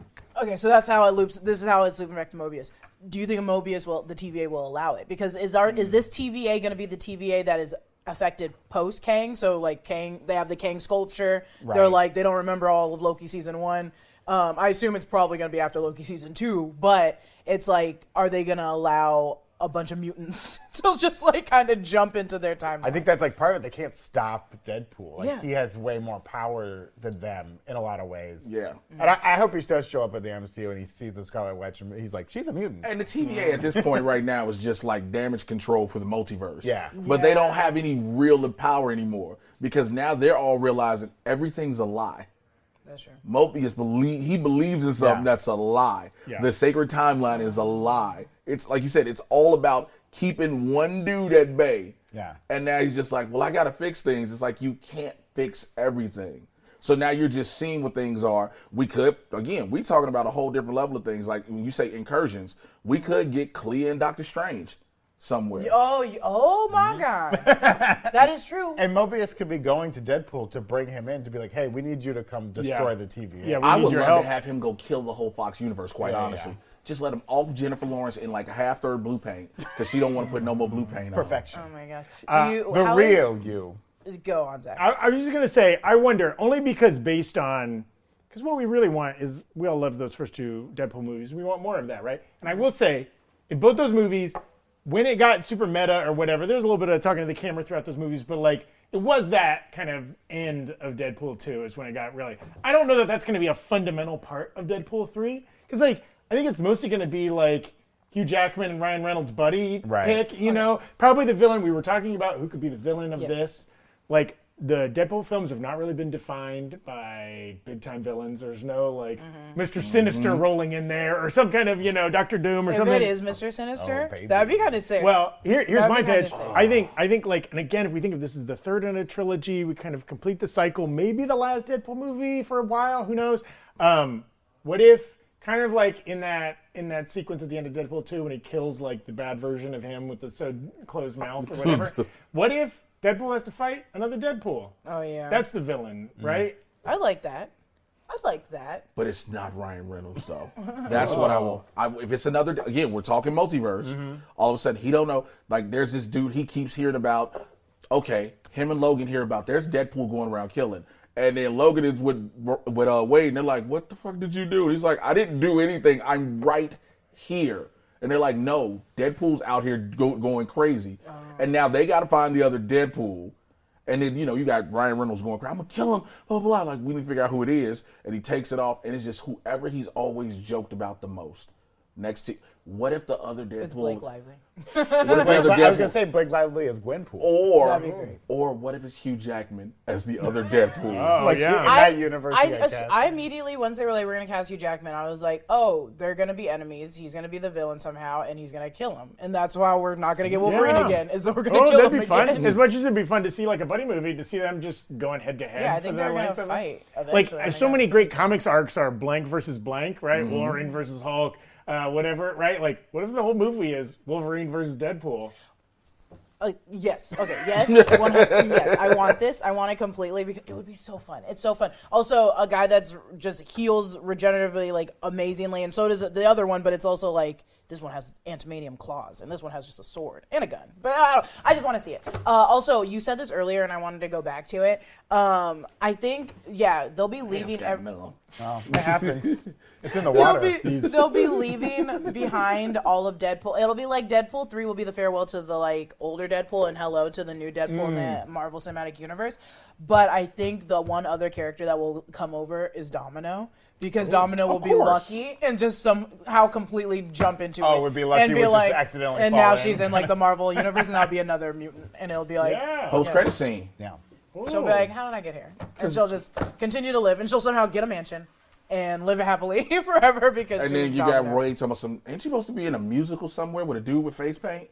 D: Okay, so that's how it loops. This is how it's looping back to Mobius. Do you think Mobius will the TVA will allow it? Because is our
C: Hmm.
D: is this TVA going to be the TVA that is affected post Kang? So like Kang, they have the Kang sculpture. They're
C: Right.
D: like they don't remember all of Loki season one. Um, I assume it's probably going to be after Loki season two, but it's like, are they going to allow a bunch of mutants to just like kind of jump into their timeline?
C: I think that's like part of it. They can't stop Deadpool. Like
D: Yeah.
C: he has way more power than them in a lot of ways.
B: Yeah.
D: mm.
C: And I, I hope he does show up at the MCU and he sees the Scarlet Witch and he's like, she's a mutant.
B: And the TVA at this point right now is just like damage control for the multiverse.
C: Yeah.
B: But they don't have any real power anymore because now they're all realizing everything's a lie.
D: that's true.
B: Mobius believe he believes in something
C: Yeah.
B: that's a lie.
A: Yeah.
B: The sacred timeline is a lie. It's like you said, it's all about keeping one dude at bay.
C: Yeah.
B: And now he's just like, well, I gotta fix things. It's like you can't fix everything. So now you're just seeing what things are. We could again, we talking about a whole different level of things. Like when you say incursions, we could get Clea and Doctor Strange somewhere.
D: Oh, you- oh my God, that is true.
C: Mm-hmm. And Mobius could be going to Deadpool to bring him in to be like, hey, we need you to come destroy
A: Yeah.
C: the TV.
A: Yeah, we
B: I
A: need
B: would
A: your
B: love
A: help.
B: to have him go kill the whole Fox universe. Quite
C: Yeah, yeah,
B: honestly,
C: yeah.
B: just let him off Jennifer Lawrence in like a half third blue paint because she don't want to put no more blue paint on.
C: Perfection.
D: Oh my God, do you
C: uh, the
D: how is-
C: real you.
D: go on, Zach.
A: I, I was just gonna say, I wonder only because based on because what we really want is we all love those first two Deadpool movies. We want more of that, right? And I will say, in both those movies, when it got super meta or whatever, there was a little bit of talking to the camera throughout those movies, but like it was that kind of end of Deadpool two is when it got really. I don't know that that's gonna be a fundamental part of Deadpool three because like I think it's mostly gonna be like. Hugh Jackman and Ryan Reynolds buddy
C: Right.
A: pick, you know, probably the villain we were talking about. Who could be the villain of
D: Yes.
A: this? like the Deadpool films have not really been defined by big time villains. There's no like
D: Mm-hmm.
A: Mr. Sinister rolling in there or some kind of you know Doctor Doom or
D: If
A: something.
D: it is Mr. Sinister,
C: Oh, baby.
D: that'd be kind of sick.
A: Well, here, here's
D: That'd
A: my
D: be kinda
A: pitch.
D: sick.
A: I think I think like, and again, if we think of this as the third in a trilogy, we kind of complete the cycle. Maybe the last Deadpool movie for a while. Who knows? Um, what if kind of like in that in that sequence at the end of Deadpool two when he kills like the bad version of him with the so closed mouth or whatever? what if Deadpool has to fight another Deadpool?
D: oh yeah, Mm.
A: That's the villain, right?
D: I like that. I like that.
B: But it's not Ryan Reynolds though. That's what I want. I, if it's another again, we're talking multiverse. All of a sudden, he don't know. Like there's this dude he keeps hearing about. Okay, him and Logan hear about. There's Deadpool going around killing, and then Logan is with with uh, Wade, and they're like, "What the fuck did you do?" And he's like, "I didn't do anything. I'm right here." And they're like, "No, Deadpool's out here go, going crazy." And now they got to find the other Deadpool. And then you know you got Ryan Reynolds going, "I'm gonna kill him," blah blah blah. Like we need to figure out who it is, and he takes it off, and it's just whoever he's always joked about the most. Next to what if the other Deadpool?
D: It's Blake Lively.
B: What if the other
C: I was gonna
B: Deadpool?
C: say Blake Lively as Gwenpool.
B: Or
D: That'd be great.
B: or what if it's Hugh Jackman as the other Deadpool?
A: Oh,
C: like
A: yeah.
C: in that universe.
D: I,
C: he got
D: ass-
C: cast.
D: I immediately, once they were like, we're going to cast Hugh Jackman, I was like, oh, they're going to be enemies. He's going to be the villain somehow, and he's going to kill him. And that's why we're not going to get Wolverine
A: Yeah.
D: again, is that we're going to
A: Oh,
D: kill
A: that'd
D: him
A: be fun.
D: again.
A: As much as it'd be fun to see like a buddy movie, to see them just going head to head.
D: Yeah, I
A: for
D: think
A: the
D: they're gonna
A: length of it.
D: fight
A: Like
D: eventually, I
A: so
D: guess.
A: many great comics arcs are blank versus blank, right?
D: Mm-hmm.
A: Wolverine versus Hulk, uh, whatever, right? Like, what if the whole movie is Wolverine versus Deadpool?
D: Uh, yes. Okay. Yes. 100 yes. I want this. I want it completely because it would be so fun. It's so fun. Also, a guy that's just heals regeneratively like amazingly, and so does the other one. But it's also like this one has antimanium claws, and this one has just a sword and a gun. But I, don't, I just want to see it. Uh, also, you said this earlier, and I wanted to go back to it. Um, I think yeah, they'll be leaving.
B: Scott
D: ev-
B: Miller.
C: Oh, it happens. it's in the
D: They'll
C: water.
D: be, they'll be leaving behind all of Deadpool. It'll be like Deadpool 3 will be the farewell to the like older Deadpool and hello to the new Deadpool in
C: Mm.
D: the Marvel Cinematic Universe. But I think the one other character that will come over is Domino because Domino will be
B: course.
D: lucky and just somehow completely jump into
C: Oh,
D: it.
C: would be Lucky
D: and
C: would just accidentally
D: And
C: fall
D: now
C: in.
D: she's in like the Marvel universe and that'll be another mutant and it'll be like
A: Yeah.
B: Post credit scene.
C: yeah.
D: She'll be
A: Ooh.
D: like, "How did I get here?" And she'll just continue to live, and she'll somehow get a mansion and live happily forever because
B: And
D: she
B: then
D: was
B: you got
D: dominant.
B: Ray talking about some. Ain't she supposed to be in a musical somewhere with a dude with face paint?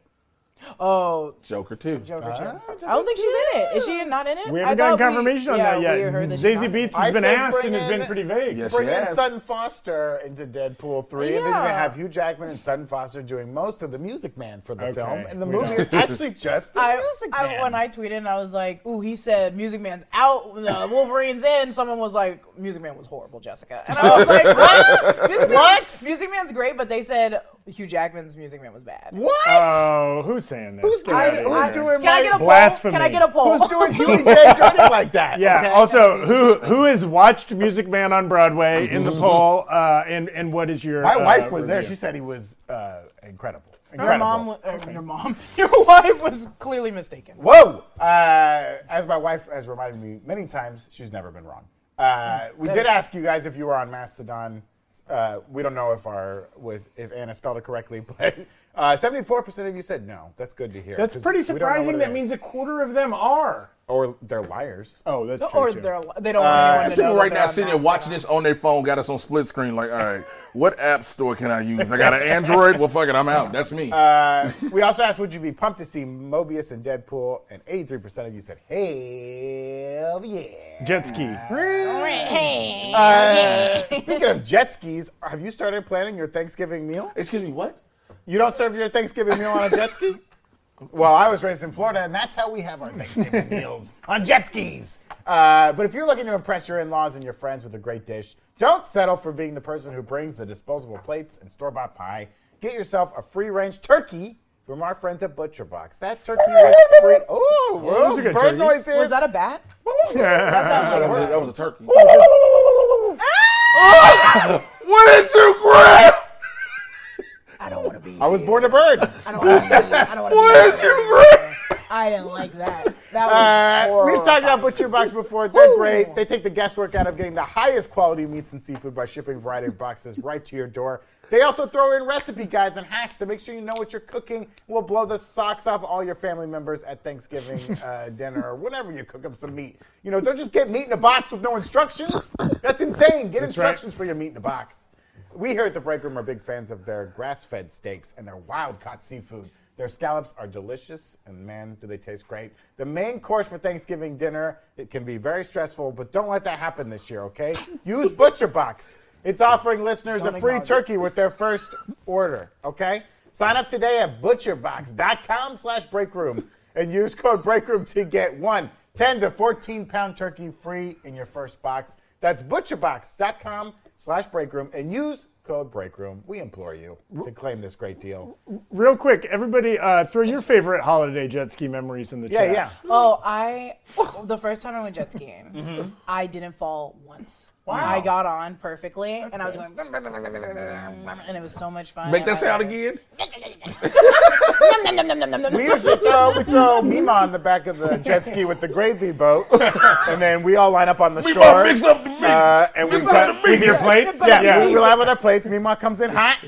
D: Oh,
B: Joker too.
D: Joker too. I don't think she's in it. Is she not in it?
A: We
D: I
A: haven't gotten
D: thought we-
A: confirmation on
D: yeah,
A: that yet.
D: We heard that she's not
A: Zazie
D: in it.
A: Beats
C: I
A: has been
C: say
A: asked
C: bring
A: and has
C: in-
A: been pretty vague.
B: Yes,
C: Bring
B: she
C: in
B: has.
C: Sutton Foster into Deadpool 3, and then you're going to
D: Yeah.
C: have Hugh Jackman and Sutton Foster doing most of the Music Man for the
A: Okay,
C: film. And the
A: we
C: movie
A: know.
C: is actually just the
D: I,
C: Music
D: I-
C: Man.
D: when I tweeted and I was like, "Ooh," he said, "Music Man's out, uh, Wolverine's in." Someone was like, "Music Man was horrible, Jessica," and I was like, "What? Music, Man's, Music Man's great," but they said Hugh Jackman's Music Man was bad.
C: what?
D: Uh,
A: Oh, who's saying this?
C: Who's
A: Get out of
C: doing-
A: here.
C: who's doing
D: Can I
C: my-
D: get a poll?
A: Blasphemy.
D: Can I get a poll?
C: Who's doing Huey J. Jordan like that?
A: Yeah.
C: okay?
A: Also, who who has watched Music Man on Broadway in the poll? Uh, and and what is your?
C: my
A: uh,
C: wife was there.
A: review?
C: She said he was uh, incredible.
D: Your
C: Incredible.
D: mom, wa- uh, your mom, your wife was clearly mistaken.
C: Whoa! Uh, as my wife has reminded me many times, she's never been wrong. Uh,
A: Hmm.
C: we
D: that
C: did
D: is true.
C: ask you guys if you were on Mastodon. Uh, we don't know if our with if Anna spelled it correctly, but uh, seventy-four percent of you said no. That's good to hear.
A: That's
C: 'cause
A: pretty
C: we don't know what
A: surprising.
C: it
A: That
C: is.
A: means a quarter of them are.
C: or they're liars.
A: Oh, that's true.
D: Or
A: too.
D: they're, they don't want anyone
B: There's
D: to know.
B: people
D: that
B: right
D: they're
B: now
D: on
B: sitting there
D: Mastodon.
B: watching this on their phone, got us on split screen, like, all right, what app store can I use? I got an Android? Well, fuck it, I'm out. That's me.
C: Uh, we also asked, would you be pumped to see Mobius and Deadpool? And eighty-three percent of you said, hell yeah.
A: jet ski.
C: Uh, speaking of jet skis, have you started planning your Thanksgiving meal?
B: Excuse me, what?
C: You don't serve your Thanksgiving meal on a jet ski? Well, I was raised in Florida, and that's how we have our Thanksgiving meals on jet skis. Uh, but if you're looking to impress your in laws and your friends with a great dish, don't settle for being the person who brings the disposable plates and store bought pie. Get yourself a free range turkey from our friends at Butcher Box. That turkey was free. Oh,
A: that was a good
C: bird
A: turkey.
C: noises.
D: Was that a bat?
B: That was a, that was a turkey. Oh, what did you grab?
D: I don't want to be.
C: I was born a bird.
D: I don't want to be. I don't
B: What did
D: want to
B: you grab?
D: be. I didn't like that. That was
C: Uh,
D: horrible.
C: we've talked about Butcher Box before. They're great. They take the guesswork out of getting the highest quality meats and seafood by shipping a variety of boxes right to your door. They also throw in recipe guides and hacks to make sure you know what you're cooking. We'll blow the socks off all your family members at Thanksgiving uh, dinner or whenever you cook them some meat. You know, don't just get meat in a box with no instructions. That's insane. Get
A: right.
C: instructions for your meat in a box. We here at the Break Room are big fans of their grass fed steaks and their wild caught seafood. Their scallops are delicious, and man, do they taste great. The main course for Thanksgiving dinner, it can be very stressful, but don't let that happen this year, okay? Use Butcher Box. It's offering listeners
D: Don't
C: a free
D: acknowledge it.
C: turkey with their first order, okay? Sign up today at butcherbox.com slash breakroom and use code breakroom to get one 10 to 14 pound turkey free in your first box. That's butcherbox.com slash breakroom and use code breakroom. We implore you to claim this great deal.
A: Real quick, everybody, uh, throw your favorite holiday jet ski memories in the
C: Yeah,
A: chat.
C: yeah.
D: Oh, I the first time I went jet skiing, I didn't fall once. I got on perfectly, and I was going, and it was so much fun.
B: Make
D: and I
B: that sound
D: loved it.
B: again.
C: We usually throw, we throw Mima on the back of the jet ski with the gravy boat, and then we all line up on the
B: We
C: shore.
B: about mix up the mix.
C: Uh, and we
B: Mix up
C: got-
B: the
A: With your
B: mix.
A: plates?
D: But-
C: Yeah, we,
D: Yeah.
C: we line with our plates. Mima comes in hot,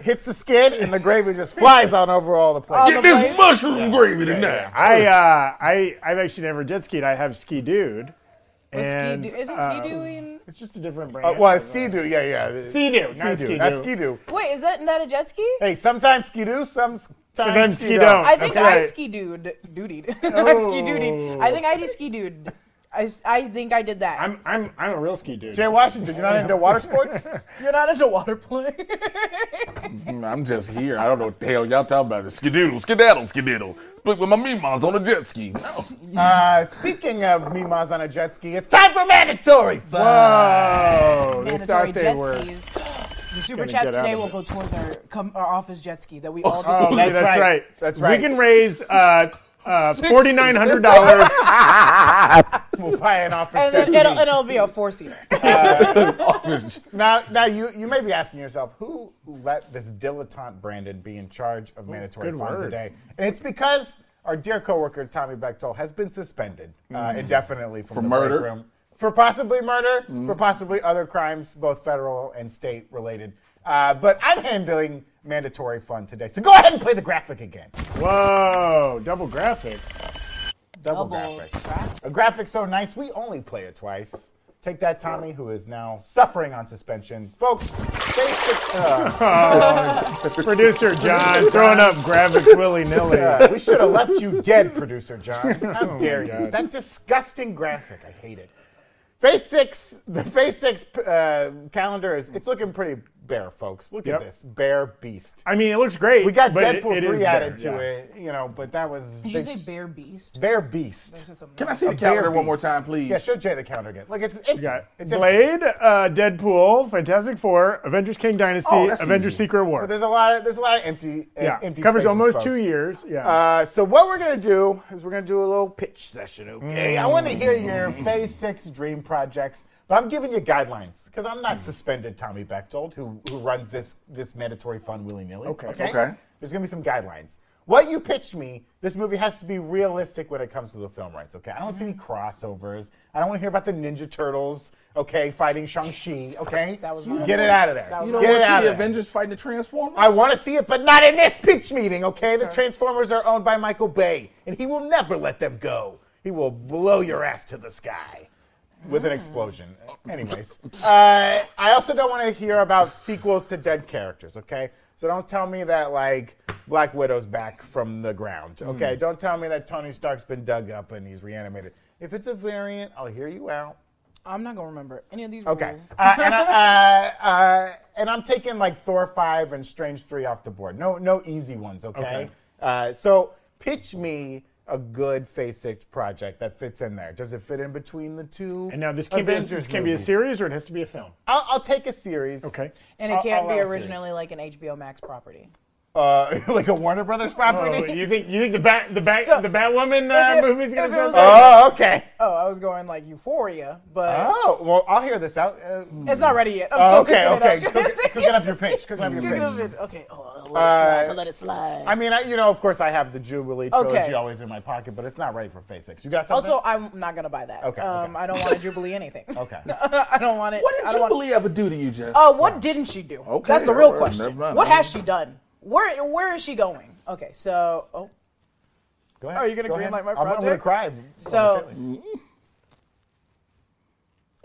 C: hits the skin, and the gravy just flies on over all the place.
D: Oh,
E: Get
D: the
E: this
D: plate?
E: mushroom gravy tonight.
A: I uh, I I've actually never jet skied. I have ski dude. And,
D: Ski-Doo- Isn't
A: um,
D: Ski doing?
A: It's just a different brand.
C: Uh, well, Sea-Doo, yeah, yeah.
A: Sea-Doo, not Ski-Doo.
C: That's Ski-Doo.
D: Wait, is that not a jet ski?
C: Hey, sometimes Ski-Doo, some- sometimes,
A: Sometimes
C: Ski-Doo.
A: Ski-Don't.
D: I think
A: That's
D: I
A: right.
D: ski dude dudied. I ski dudied. I think I did ski dude. I, s- I think I did that.
A: I'm I'm I'm a real ski dude.
C: Jay Washington, you're not into water sports?
D: You're not into water play.
E: I'm just here. I don't know what the hell y'all talking about. Skidoodle, skedaddle, skididdle. Split with my meemaws on a jet ski. No.
C: Uh, speaking of Mimas on a jet ski, it's time for mandatory fun.
A: Whoa! They
D: Mandatory
A: thought they
D: jet
A: were.
D: skis. The super
A: Gonna
D: chats
A: get out
D: today
A: of
D: will
A: it.
D: go towards our com- our office jet ski that we all do.
A: Oh,
D: together.
A: that's, right.
C: That's right.
A: We can raise uh, uh,
D: Six.
A: forty nine hundred dollars.
C: We'll buy an office
D: And
C: jet
D: then
C: ski.
D: it'll, it'll be a four seater.
C: Now, now you, you may be asking yourself, who let this dilettante Brandon be in charge of mandatory
A: good
C: fun
A: word.
C: today? And it's because our dear coworker Tommy Bechtold has been suspended uh, indefinitely from
B: For
C: the break
B: murder?
C: room for possibly murder, for possibly other crimes, both federal and state related. Uh, but I'm handling mandatory fun today, so go ahead and play the graphic again.
A: Whoa! Double graphic.
C: Double,
D: Double
C: graphic.
D: graphic.
C: A graphic so nice we only play it twice. Take that, Tommy, who is now suffering on suspension, folks. Basic. Uh,
A: Producer John throwing up graphics willy nilly.
C: Uh, we should have left you dead, producer John. How dare you?
A: Oh God.
C: That disgusting graphic. I hate it. Phase six, the phase six uh, calendar is it's looking pretty bare, folks. Look
A: Yep.
C: at this bare beast.
A: I mean, it looks great.
C: We got
A: but
C: Deadpool
A: it, it is
C: three added
A: better,
C: to
A: yeah.
C: it, you know, but that was
D: Did you
C: they
D: say
C: s-
D: bear beast?
C: bare beast.
B: Can I see the
C: bear
B: calendar one
C: beast.
B: more time, please?
C: Yeah, show Jay the calendar again. Look, it's empty.
A: We got
C: It's empty.
A: Blade, uh, Deadpool, Fantastic Four, Avengers: King Dynasty,
B: Oh, that's
A: Avengers:
B: easy.
A: Secret
C: But
A: War.
C: there's a lot of there's a lot of empty. uh,
A: yeah,
C: empty
A: covers
C: spaces,
A: almost
C: folks.
A: two years. Yeah.
C: Uh, so what we're gonna do is we're gonna do a little pitch session, okay? I want to hear
D: Mm.
C: your Phase Six dream projects, but I'm giving you guidelines because I'm
D: Mm.
C: not suspended, Tommy Bechtold, who who runs this this mandatory fund willy nilly.
A: Okay.
B: Okay.
C: There's gonna be some guidelines. What you pitch me, this movie has to be realistic when it comes to the film rights, okay? I don't see any
D: Mm-hmm.
C: crossovers. I don't want to hear about the Ninja Turtles, okay, fighting Shang-Chi, okay?
D: That was one of
C: Get it
D: those.
C: out of there.
D: That was
C: Get
D: one
C: it
D: of
B: See
C: out of
B: the
C: there.
B: Avengers fighting the Transformers?
C: I want to see it, but not in this pitch meeting, okay? The Transformers are owned by Michael Bay, and he will never let them go. He will blow your ass to the sky with an explosion. Anyways, uh, I also don't want to hear about sequels to dead characters, okay? So don't tell me that, like, Black Widow's back from the ground, okay? Don't tell me that Tony Stark's been dug up and he's reanimated. If it's a variant, I'll hear you out.
D: I'm not gonna remember any of these
C: Okay.
D: rules.
C: Uh, and, I, uh, uh, and I'm taking like Thor 5 and Strange 3 off the board. No, no easy ones, okay?
A: Okay.
C: Uh, so pitch me a good Phase 6 project that fits in there. Does it fit in between the two?
A: and now this can be a,
C: Avengers
A: this can be a
C: movies?
A: series or it has to be a film.
C: I'll, I'll take a series.
A: Okay.
D: And
C: I'll-
D: it can't
C: I'll
D: be
C: allow a series.
D: originally like an HBO Max property.
C: Uh, like a Warner Brothers
A: Oh,
C: property?
A: you think you think the bat the bat
D: So,
A: the Batwoman
D: if
A: uh,
D: it-
A: movie's gonna
D: if it
A: come? out?
D: was like-
C: Oh, okay.
D: Oh, I was going like Euphoria, but
C: Oh, well, I'll hear this out. Uh,
D: it's not ready yet. I'm
C: oh,
D: still
C: okay,
D: cooking
C: okay.
D: it up.
C: Cook, it- cook it up your pitch. Cooking up your
D: Cooking
C: pitch.
D: up it. Okay. Oh, I'll let it slide.
C: Uh,
D: I'll let it slide.
C: I mean, I, you know, of course, I have the Jubilee trilogy
D: Okay.
C: always in my pocket, but it's not ready for Phase 6. You got something?
D: also, I'm not gonna buy that.
C: Okay,
D: Um,
C: okay.
D: I don't want to Jubilee anything.
C: Okay.
D: I don't want it.
B: what
D: I
B: did
D: don't want-
B: Jubilee ever do to you, Jeff?
D: Uh, what didn't she do?
B: Okay,
D: That's the
B: all
D: real
B: right,
D: question.
B: never mind.
D: What has she done? Where Where is she going? Okay, so oh,
C: Go ahead.
D: Are you Oh, gonna
C: Go
D: green
C: ahead.
D: light my
C: I'm- I'm,
D: project?
C: gonna cry.
D: So-
C: momentarily.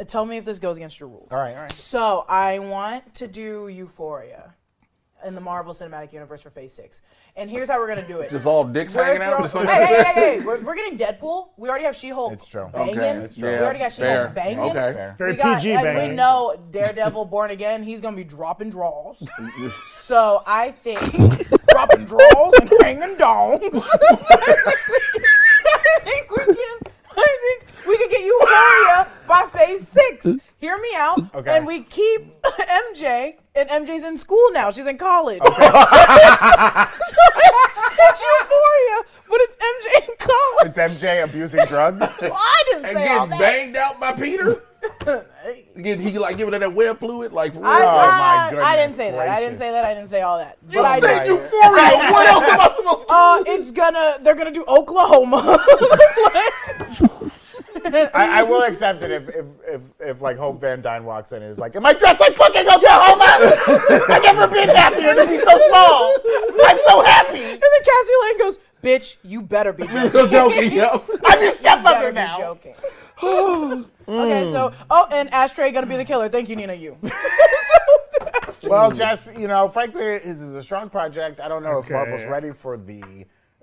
D: tell me if this goes against your rules.
C: All right, all right.
D: So I want to do Euphoria in the Marvel Cinematic Universe for Phase Six, and here's how we're gonna do it.
B: Just all dicks
D: We're
B: hanging out.
D: throwing- hey, hey, hey, hey, We're, we're getting Deadpool. We already have She-Hulk.
C: It's true.
D: Banging.
B: Okay, it's true.
D: We already got
B: Fair.
D: She-Hulk banging.
B: Okay.
C: Fair.
A: Very
D: we got,
A: PG
D: like,
A: banging.
D: We know Daredevil Born Again, he's gonna be dropping draws. so I think dropping draws and hanging dongs. I think we can I think we can get Euphoria by phase six. Hear me out.
C: Okay.
D: And we keep MJ and MJ's in school now. She's in college. So it's, it's Euphoria, but it's MJ in college.
C: It's MJ abusing drugs.
D: Well, I didn't
B: And
D: say all
B: getting
D: that.
B: banged out by Peter. Getting he like giving her that web fluid like. for real?
D: I,
C: my
D: I- I didn't
C: goodness
D: say that. I didn't
C: gracious.
D: say that. I didn't say all that. But
B: Oh You
D: I
B: said
D: did.
B: Euphoria. what else am I supposed to?
D: Uh, it's gonna. They're gonna do Oklahoma.
C: I, I will accept it if, if, if if like Hope Van Dyne walks in and is like, "Am I dressed like fucking Oklahoma? I've never been happier to be so small. I'm so happy.
D: And then Cassie Lane goes, "Bitch, you better be joking.
B: joking, yo.
C: I'm your
D: better
C: stepmother
D: be
C: now."
D: joking."
B: Mm.
D: okay, so oh, and Ashtray gonna be the killer. Thank you, Nina. You.
C: Well, Jess, you know, frankly, this is a strong project. I don't know if
A: Okay.
C: Marvel's ready for the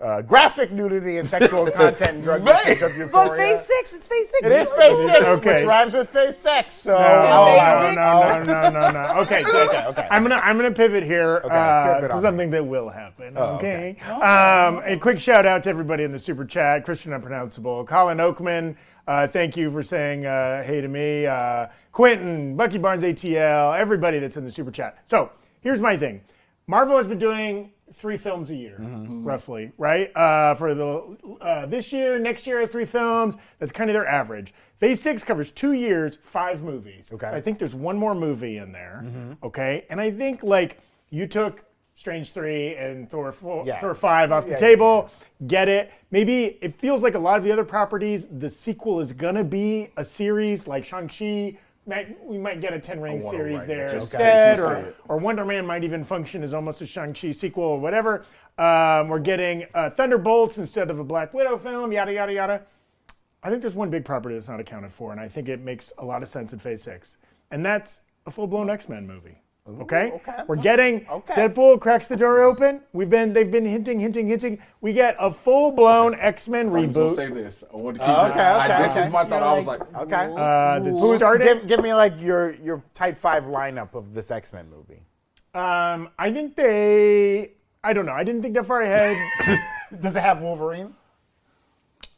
C: uh, graphic nudity and sexual content and drug
B: Man.
C: usage of euphoria.
D: but phase six, it's phase six.
C: It is
D: Really?
C: phase six,
A: Okay.
C: which rhymes with phase sex. So,
A: No,
D: Phase
A: no, no, no, no, no. Okay, okay,
C: okay.
A: I'm gonna I'm gonna pivot here uh,
C: pivot
A: to
C: on
A: something that will happen. okay. Um, a quick shout out to everybody in the super chat: Christian Unpronounceable, Colin Oakman. Uh, thank you for saying uh, hey to me, uh, Quentin, Bucky Barnes, ATL, everybody that's in the super chat. So here's my thing: Marvel has been doing three films a year, roughly, right? Uh, for the uh, this year, next year has three films. That's kind of their average. Phase six covers two years, five movies.
C: Okay. Mm-hmm.
A: I think there's one more movie in there. Okay, and I think like you took Strange Three and Thor four,
C: Yeah.
A: Thor Five off the
C: Yeah, yeah,
A: table. Get it? Maybe it feels like a lot of the other properties. The sequel is gonna be a series like Shang Chi. We might get a Ten Ring
C: Oh,
B: wanna
A: series
B: write
A: there
B: it. Just
A: instead,
B: gotta see
A: or,
B: it.
A: or Wonder Man might even function as almost a Shang Chi sequel or whatever. Um, we're getting uh, Thunderbolts instead of a Black Widow film. Yada yada yada. I think there's one big property that's not accounted for, and I think it makes a lot of sense in Phase Six, and that's a full-blown X-Men movie. Okay,
C: okay.
A: we're getting
C: Okay.
A: Deadpool cracks the door open. We've been they've been hinting, hinting, hinting. We get a full-blown X-Men
E: I'm just gonna
A: reboot
E: say this. I want to keep
C: Okay,
E: it. I-
C: okay,
E: this
C: okay.
E: is my thought. I was like,
C: okay.
A: uh, that
C: Who's-
A: started.
C: give, give me like your your type five lineup of this X Men movie.
A: Um, I think they. I don't know. I didn't think that far ahead.
C: Does it have Wolverine?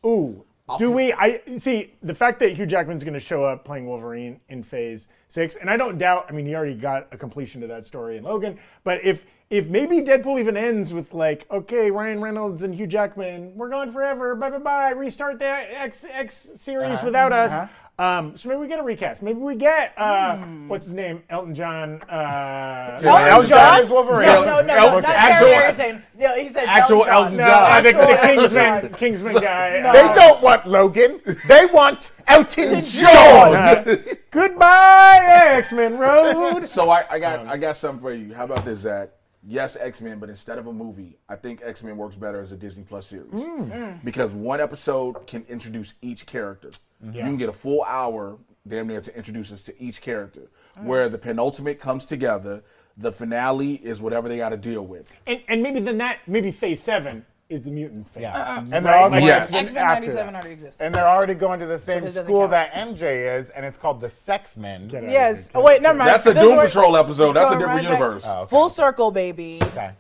A: Ooh, do we? I see the fact that Hugh Jackman's going to show up playing Wolverine in Phase Six, and I don't doubt. I mean, he already got a completion to that story in Logan. But if if maybe Deadpool even ends with like, okay, Ryan Reynolds and Hugh Jackman, we're gone forever. Bye bye bye. Restart the X X series without us. Um, so maybe we get a recast. Maybe we get uh, what's his name, Elton John. Uh,
D: Elton
C: Elton
D: John?
C: John is Wolverine.
D: No, no, no,
B: El-
D: no, not
B: actual-
D: Terry Harrison. No, he said
B: actual
D: Elton John.
A: no,
B: Elton John.
A: uh, the, the
D: Actual Elton
A: Kingsman, Kingsman guy.
C: They
A: Uh,
C: don't want Logan. They want Elton John.
A: goodbye, X Men Road.
B: So I, I got I got something for you. How about this, Zach? Yes, X Men, but instead of a movie, I think X Men works better as a Disney Plus series
C: Mm.
B: because one episode can introduce each character. You can get a full hour, damn near, to introduce us to each character. Where the penultimate comes together, the finale is whatever they got to deal with.
A: And, and maybe then that maybe phase seven is the mutant phase.
C: Yes.
A: Right?
C: And they're all
A: Like,
B: Yes.
A: it's
D: X Men
A: after
D: '97
A: that.
D: already exists.
C: And they're already going to the same
D: it doesn't
C: school
D: count.
C: that MJ is, and it's called the Sex Men.
A: Get out of here.
D: Yes. Oh wait, never mind.
B: That's a
D: This
B: Doom
D: works-
B: Patrol episode. That's a
D: Going
B: different
D: right back.
B: universe.
D: Full circle, baby.
C: Okay.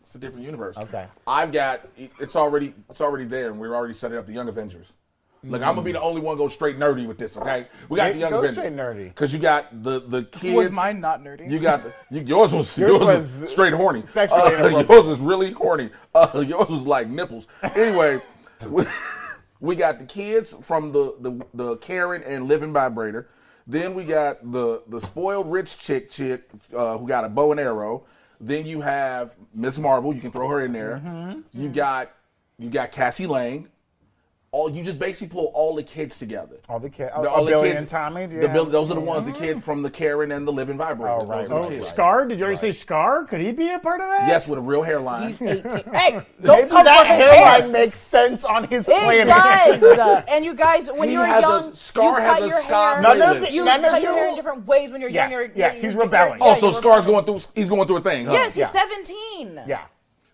B: It's a different universe.
C: Okay.
B: I've got it's already it's already there, and we're already setting up the Young Avengers. Look, I'm gonna be the only one go straight nerdy with this. Okay, we got
C: Mm. Hey,
B: the Young
C: go
B: Avengers.
C: straight nerdy.
B: Because you got the the kids.
D: Was mine not nerdy?
B: You got you, yours was
C: Yours
B: yours, was,
C: was
B: straight horny.
C: sexually
B: Uh,
C: inappropriate.
B: yours was really horny. Uh, yours was like nipples. Anyway, we, we got the kids from the the, the Karen and Living Vibrator. Then we got the the spoiled rich chick chick uh, who got a bow and arrow. Then you have Miss Marvel. You can throw her in there.
C: Mm-hmm,
B: You got you got Cassie Lang. All you just basically pull all the kids together.
C: All the kids.
B: The-
C: Oh,
B: all the
C: Billy
B: kids-
C: and Tommy.
B: the Bill- those are the ones, the kid from the Karen and the Living Vibrator.
C: Oh, right,
B: Those are the
C: right,
B: kids.
A: Scar? Did you already say Scar? Could he be a part of that?
B: Yes, with a real hairline.
D: He's 18. Hey,
C: Maybe
D: don't come
C: that
D: for his hair.
C: hairline makes sense on his
D: It
C: planet.
D: does. Uh, and you guys, when
B: He
D: you're
B: has a-
D: young,
B: Scar
D: you
B: has
D: cut
B: a
D: your
B: Scar
D: hair.
C: None of-
D: you
C: none of
D: cut your
C: you-
D: hair in different ways when you're
C: Yes,
D: younger.
C: yes, he's rebelling.
D: yeah,
B: also,
D: you're
B: Oh, Scar's
D: rebelling.
B: going through. He's going through a thing. Huh?
D: Yes, he's
C: Yeah.
D: 17.
C: Yeah.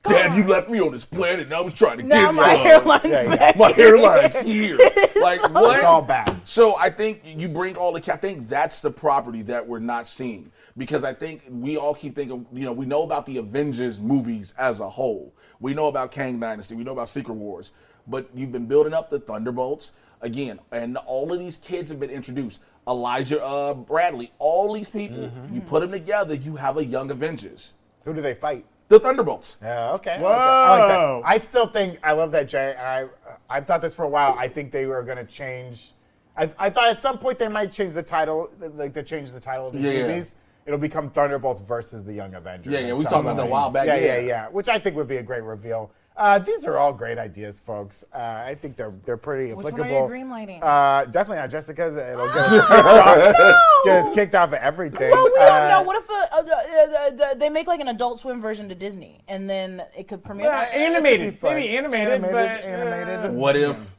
B: Damn, you left me on this planet, and I was trying to
D: Now
B: get
D: my
B: some.
D: hairline's
C: Yeah, yeah.
D: back.
B: My hairline's here. Like what?
C: It's all bad.
B: So I think you bring all the. I think that's the property that we're not seeing because I think we all keep thinking. You know, we know about the Avengers movies as a whole. We know about Kang Dynasty. We know about Secret Wars. But you've been building up the Thunderbolts again, and all of these kids have been introduced. Elijah uh, Bradley, all these people.
C: Mm-hmm.
B: You put them together, you have a young Avengers,
C: Who do they fight?
B: the Thunderbolts.
C: Yeah, okay. I like that. I, like that.
A: Whoa.
C: I still think I love that Jay, and I I've thought this for a while. I think they were going to change. I, I thought at some point they might change the title, like they change the title of the
B: Yeah.
C: movies. it'll become Thunderbolts versus the Young Avengers.
B: Yeah, yeah,
C: at
B: we
C: some
B: talked about that a
C: point.
B: while back,
C: Yeah,
B: yeah.
C: yeah, yeah, which I think would be a great reveal. Uh, these are all great ideas, folks. Uh, I think they're they're pretty
D: Which one are
C: applicable.
D: you greenlighting?
C: Uh, definitely not Jessica's. It'll get us kicked off, get us kicked off of everything.
D: Well, we
C: Uh,
D: don't know. What if uh, uh, uh, uh, they make like an Adult Swim version to Disney, and then it could premiere?
A: Uh, animated,
C: It'd be fun.
A: maybe animated,
C: Animated,
A: but uh,
C: animated.
B: What if?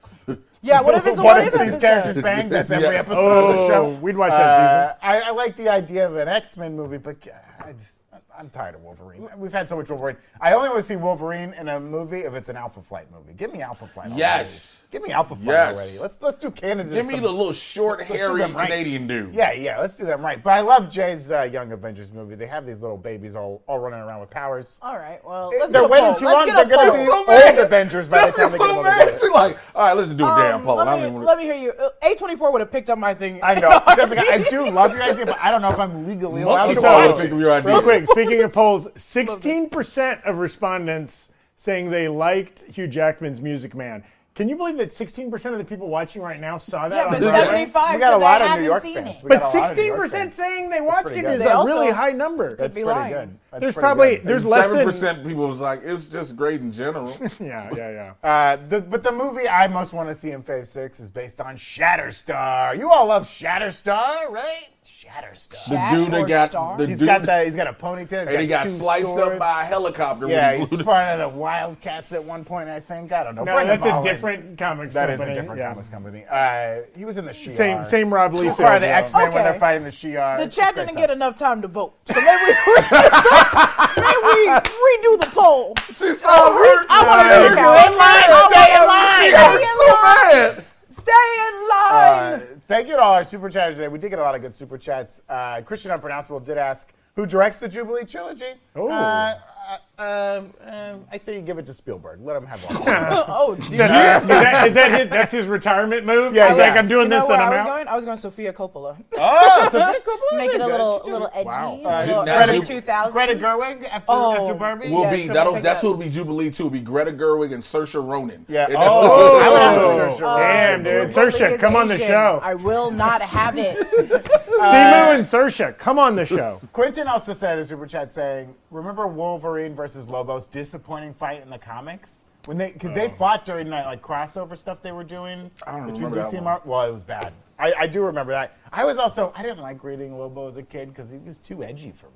D: yeah. What if it's a
C: what
D: what
C: if
D: if
C: these
D: episode?
C: characters bang? That's every
B: Yeah.
C: episode of the
A: oh,
C: show.
A: we'd watch that
C: Uh, I, I like the idea of an X Men movie, but uh, I just, I'm tired of Wolverine. We've had so much Wolverine. I only want to see Wolverine in a movie if it's an Alpha Flight movie. Give me Alpha Flight. Already.
B: Yes.
C: Give me Alpha Flight
B: Yes.
C: already. Let's let's do Canada.
B: Give me
C: some-
B: the little short,
C: let's do
B: hairy
C: them right.
B: Canadian dude.
C: Yeah, yeah. Let's do them right. But I love Jay's uh, Young Avengers movie. They have these little babies all, all running around with powers.
D: All right. Well, let's
C: They're
D: get a
C: waiting
D: poll.
C: too
D: let's
C: long.
D: get a
C: They're gonna
D: poll.
C: be-
B: So
C: Old
B: mad.
C: Avengers by the
B: Jessica's
C: time they get
B: so
C: over
B: mad.
C: there.
B: She's like, all right, let's do a damn poll. I
D: Um, let,
B: don't
D: me,
B: even
D: let
B: wanna-
D: me hear you. Uh, A twenty four would have picked up my thing.
C: I know. Jessica, I do love your idea, but I don't know if I'm legally allowed
B: Monkey
C: to
A: Paw
B: Paw
C: watch it.
B: is your
A: season. Oh, Real
B: idea.
A: quick, speaking of polls, 16% of respondents saying they liked Hugh Jackman's Music Man. Can you believe that 16% of the people watching right now saw that?
D: Yeah,
A: on
D: but
A: Broadway?
D: seventy five.
C: We got
D: so
C: a lot
D: they
C: of New
D: haven't
C: York
D: seen
C: fans.
D: it.
C: We
A: But
C: got a lot of New York
A: 16%
C: fans.
A: saying they watched
C: pretty
A: it
C: good.
A: is
C: They
A: a
D: also-
A: really high number.
D: Could be
C: pretty
D: lying.
C: good. That's
A: there's
C: pretty
A: probably
C: good.
A: there's less
E: Seven
A: than
E: percent people was like, it's just great in general.
A: yeah, yeah, yeah.
C: Uh, the, but the movie I most want to see in Phase Six is based on Shatterstar. You all love Shatterstar, right? Shatterstar.
B: The dude
D: Or
B: that got
D: star?
B: the
C: He's
B: dude
C: got that. He's got a ponytail. He's
B: and he got
C: two
B: sliced
C: swords.
B: up by a helicopter. when
C: Yeah,
B: he
C: he's
B: flew to-
C: part of the Wildcats at one point. I think. I don't know.
A: No,
C: Bring
A: that's
C: them all
A: a
C: in.
A: different comics
C: That is
A: company.
C: a different
A: yeah.
C: comics company. Uh, he was in the Shi'ar.
A: Same, same Rob Lee.
C: He's part of the
A: though.
C: X Men when
D: Okay.
C: they're fighting the Shi'ar.
D: The
C: It's
D: chat
C: great
D: didn't
C: stuff.
D: get enough time to vote, so maybe we, maybe we redo the poll. Uh, re- I want to
B: Hey,
D: recount. I wanna
B: You're
D: recount. Stay in line. Stay in line.
C: Uh, thank you to all our super chatters today. We did get a lot of good super chats. Uh, Christian Unpronounceable did ask who directs the Jubilee trilogy.
A: Oh.
C: Uh, uh, um, um, I say you give it to Spielberg. Let him have all. of it.
D: oh, dear.
A: Is that, is that his, that's his retirement move?
C: Yeah,
A: He's
C: yeah.
A: like, I'm doing
D: You know
A: this,
D: where
A: then
D: I
A: I'm
D: was
A: out.
D: going? I was going Sophia Coppola.
C: oh, so good, good boy.
D: Make it a
C: Good.
D: little,
C: She
D: little
C: did-
D: edgy,
A: Wow.
D: a little
B: Now
D: early
B: you-
D: 2000s.
C: Greta Gerwig after,
D: Oh.
C: after Barbie.
B: Will
D: Yeah,
B: be
D: something
B: that'll
D: like
B: that's
D: that.
B: what'll be Jubilee too. It'll be Greta Gerwig and Saoirse Ronan.
C: Yeah.
B: And
C: Oh.
B: they'll-
C: I would have to
A: Oh,
C: search her.
A: Damn, dude.
C: Jubilee
D: Coppola
A: Sersha,
D: Uh, is
A: come on the
D: Asian.
A: show.
D: I will not have it.
A: Simu and Sersha, come on the show.
C: Quentin also said in a super chat saying, "Remember Wolverine versus Lobos disappointing fight in the comics when they because they fought during that like crossover stuff they were doing
B: Oh. I don't
C: between
B: remember that
C: DC and
B: one.
C: Marvel. Well, it was bad. I, I do remember that. I was also I didn't like reading Lobo as a kid because he was too edgy for me.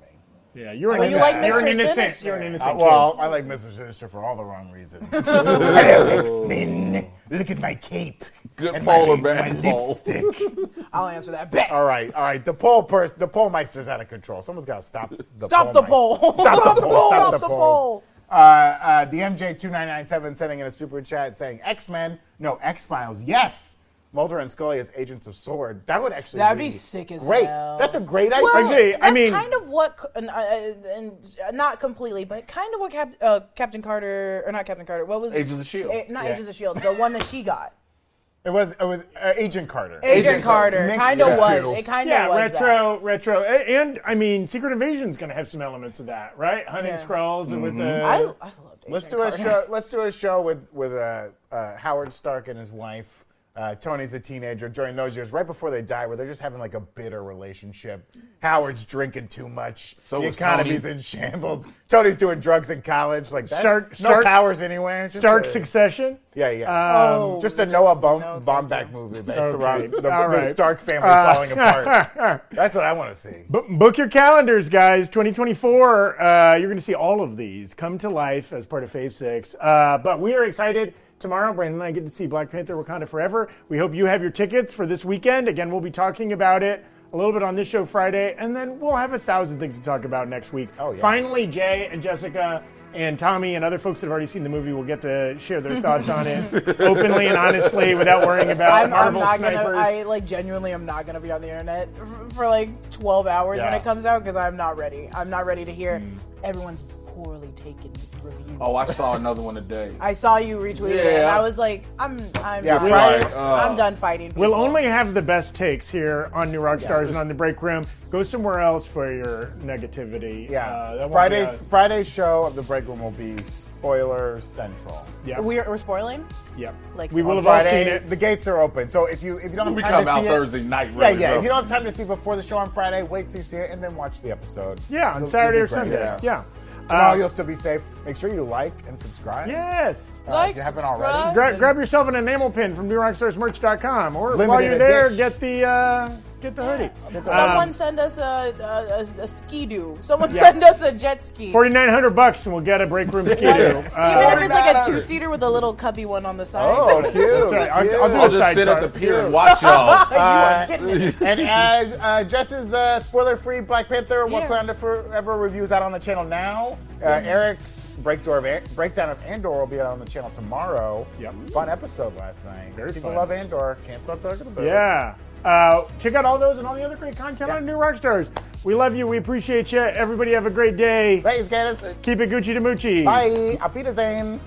A: Yeah, you're an
D: Well, you
A: innocent.
D: like
A: you're an
D: Mr.
A: innocent.
D: Sinister.
A: You're an
C: Uh,
A: innocent. kid.
C: well, I like Mr. Sinister for all the wrong reasons. Hello, X-Men. Look at my cape.
B: Good
C: and
B: poll
C: my,
B: or bad
C: my
B: poll?
C: lipstick.
D: I'll answer that. Bet.
C: All right, all right. The poll person, the poll meister's out of control. Someone's got to stop. The
D: Stop the
C: meister.
D: poll.
C: Stop the poll.
D: Stop the poll.
C: Uh, uh, the MJ two nine nine seven sending in a super chat saying X Men, no X Files. Yes, Mulder and Scully as agents of Sword. That would actually
D: That'd be sick as
C: great.
D: hell.
C: That's a great idea.
D: Well,
A: Actually, I
D: that's
A: mean-
D: kind of what, c- and, uh, uh, and uh, not completely, but kind of what Cap, uh, Captain Carter, or not Captain Carter, what was
B: Agents of S.H.I.E.L.D..
D: A- not
C: Yeah.
D: Agents of Shield, the one that she got.
C: it was it was uh, Agent Carter.
D: Agent,
B: Agent Carter.
D: Carter,
C: Mix
D: kind of
C: the
D: was.
C: two.
D: It kind of
A: yeah,
D: was that.
A: retro, retro, A- and I mean, Secret Invasion's gonna have some elements of that, right? Hunting
D: Yeah.
A: Skrulls and with the
D: I, I loved Agent
C: Let's do
D: Carter.
C: a show. Let's do a show with with uh, uh, Howard Stark and his wife. Uh, Tony's a teenager during those years, right before they die, where they're just having like a bitter relationship. Howard's drinking too much.
B: So
C: the
B: is
C: economy's
B: Tony.
C: in shambles. Tony's doing drugs in college. Like that.
A: Stark-
C: no
A: Stark-
C: powers anywhere. It's just
A: Stark Um,
C: a-
A: Succession.
C: Yeah, yeah.
D: Oh,
C: just a Noah Baum,
D: no, thank
C: Baumbach
D: you.
C: movie based
A: Okay,
C: around the, the
A: all right. Uh,
C: Stark family falling apart. That's what I want to see.
A: B- book your calendars, guys. 2024, uh, you're going to see all of these come to life as part of Phase 6. Uh, but we are excited. Tomorrow, Brandon and I get to see Black Panther Wakanda Forever. We hope you have your tickets for this weekend. Again, we'll be talking about it a little bit on this show Friday, and then we'll have a thousand things to talk about next week.
C: Oh, yeah.
A: Finally, Jay and Jessica and Tommy and other folks that have already seen the movie will get to share their thoughts on it openly and honestly without worrying about
D: I'm, I'm
A: Marvel
D: not
A: snipers.
D: gonna. I like genuinely am not gonna be on the internet f- for like 12 hours when
C: Yeah.
D: it comes out because I'm not ready. I'm not ready to hear everyone's poorly taken review.
B: Oh, I saw another one today.
D: I saw you retweet it, and
B: Yeah.
D: I was like, I'm, I'm,
C: Yeah,
D: done.
B: Friday, uh,
D: I'm done fighting. People.
A: We'll only have the best takes here on New Rock Stars and on the break room. Go somewhere else for your negativity.
C: Yeah.
A: Uh, that won't be
C: Friday's
A: us.
C: Friday's show of the break room will be Spoiler Central.
A: Yeah.
D: We're, we're
C: Uh,
D: spoiling?
A: yeah.
D: Like
A: we
D: so.
A: will
D: On
A: have all
C: Friday,
A: seen it.
C: The gates are open, so if you if you don't have
E: We come
C: time to
E: out
C: see
E: Thursday
C: it,
E: night,
C: Yeah,
E: really,
C: yeah.
E: so-
C: If you don't have time to see before the show on Friday, wait till you see it and then watch the episode.
A: yeah,
C: You'll-
A: on
C: you'll
A: Saturday
C: be
A: or
C: great.
A: Sunday. Yeah.
C: Tomorrow
A: Uh,
C: you'll still be safe. Make sure you like and subscribe.
A: yes.
C: Uh,
D: Like,
C: if you haven't
D: subscribe.
C: already.
A: Grab, grab yourself an enamel pin from newrockstarsmerch.com, or while
C: Limited
A: you're there,
C: edition.
A: get the uh, get the hoodie.
C: Um,
D: Someone send us a, a, a, a ski do. Someone send us a jet ski.
A: Forty nine hundred bucks, and we'll get a break room Uh, ski.
C: Uh,
D: Even if it's like a
C: 49.
D: two seater with a little cubby one on the side.
C: Oh, cute.
A: right. I'll-
C: cute.
A: I'll do
B: I'll
A: Little
B: just sit
A: sidebar.
B: at the pier and watch y'all.
D: you are kidding me.
C: and uh, uh, Jess's uh, spoiler-free Black Panther
D: Yeah.
C: Wakanda Forever reviews out on the channel now. Uh, Eric's breakdown of, An- breakdown of Andor will be out on the channel tomorrow.
A: Yep.
C: Fun episode last night.
A: Very
C: People
A: fun.
C: love Andor. Can't stop talking about it.
A: Yeah. Uh, check out all those and all the other great content on New Rockstars. We love you. We appreciate you. Everybody have a great day.
C: Thanks, guys.
A: Keep it Gucci to Moochie.
C: Bye. Auf Wiedersehen.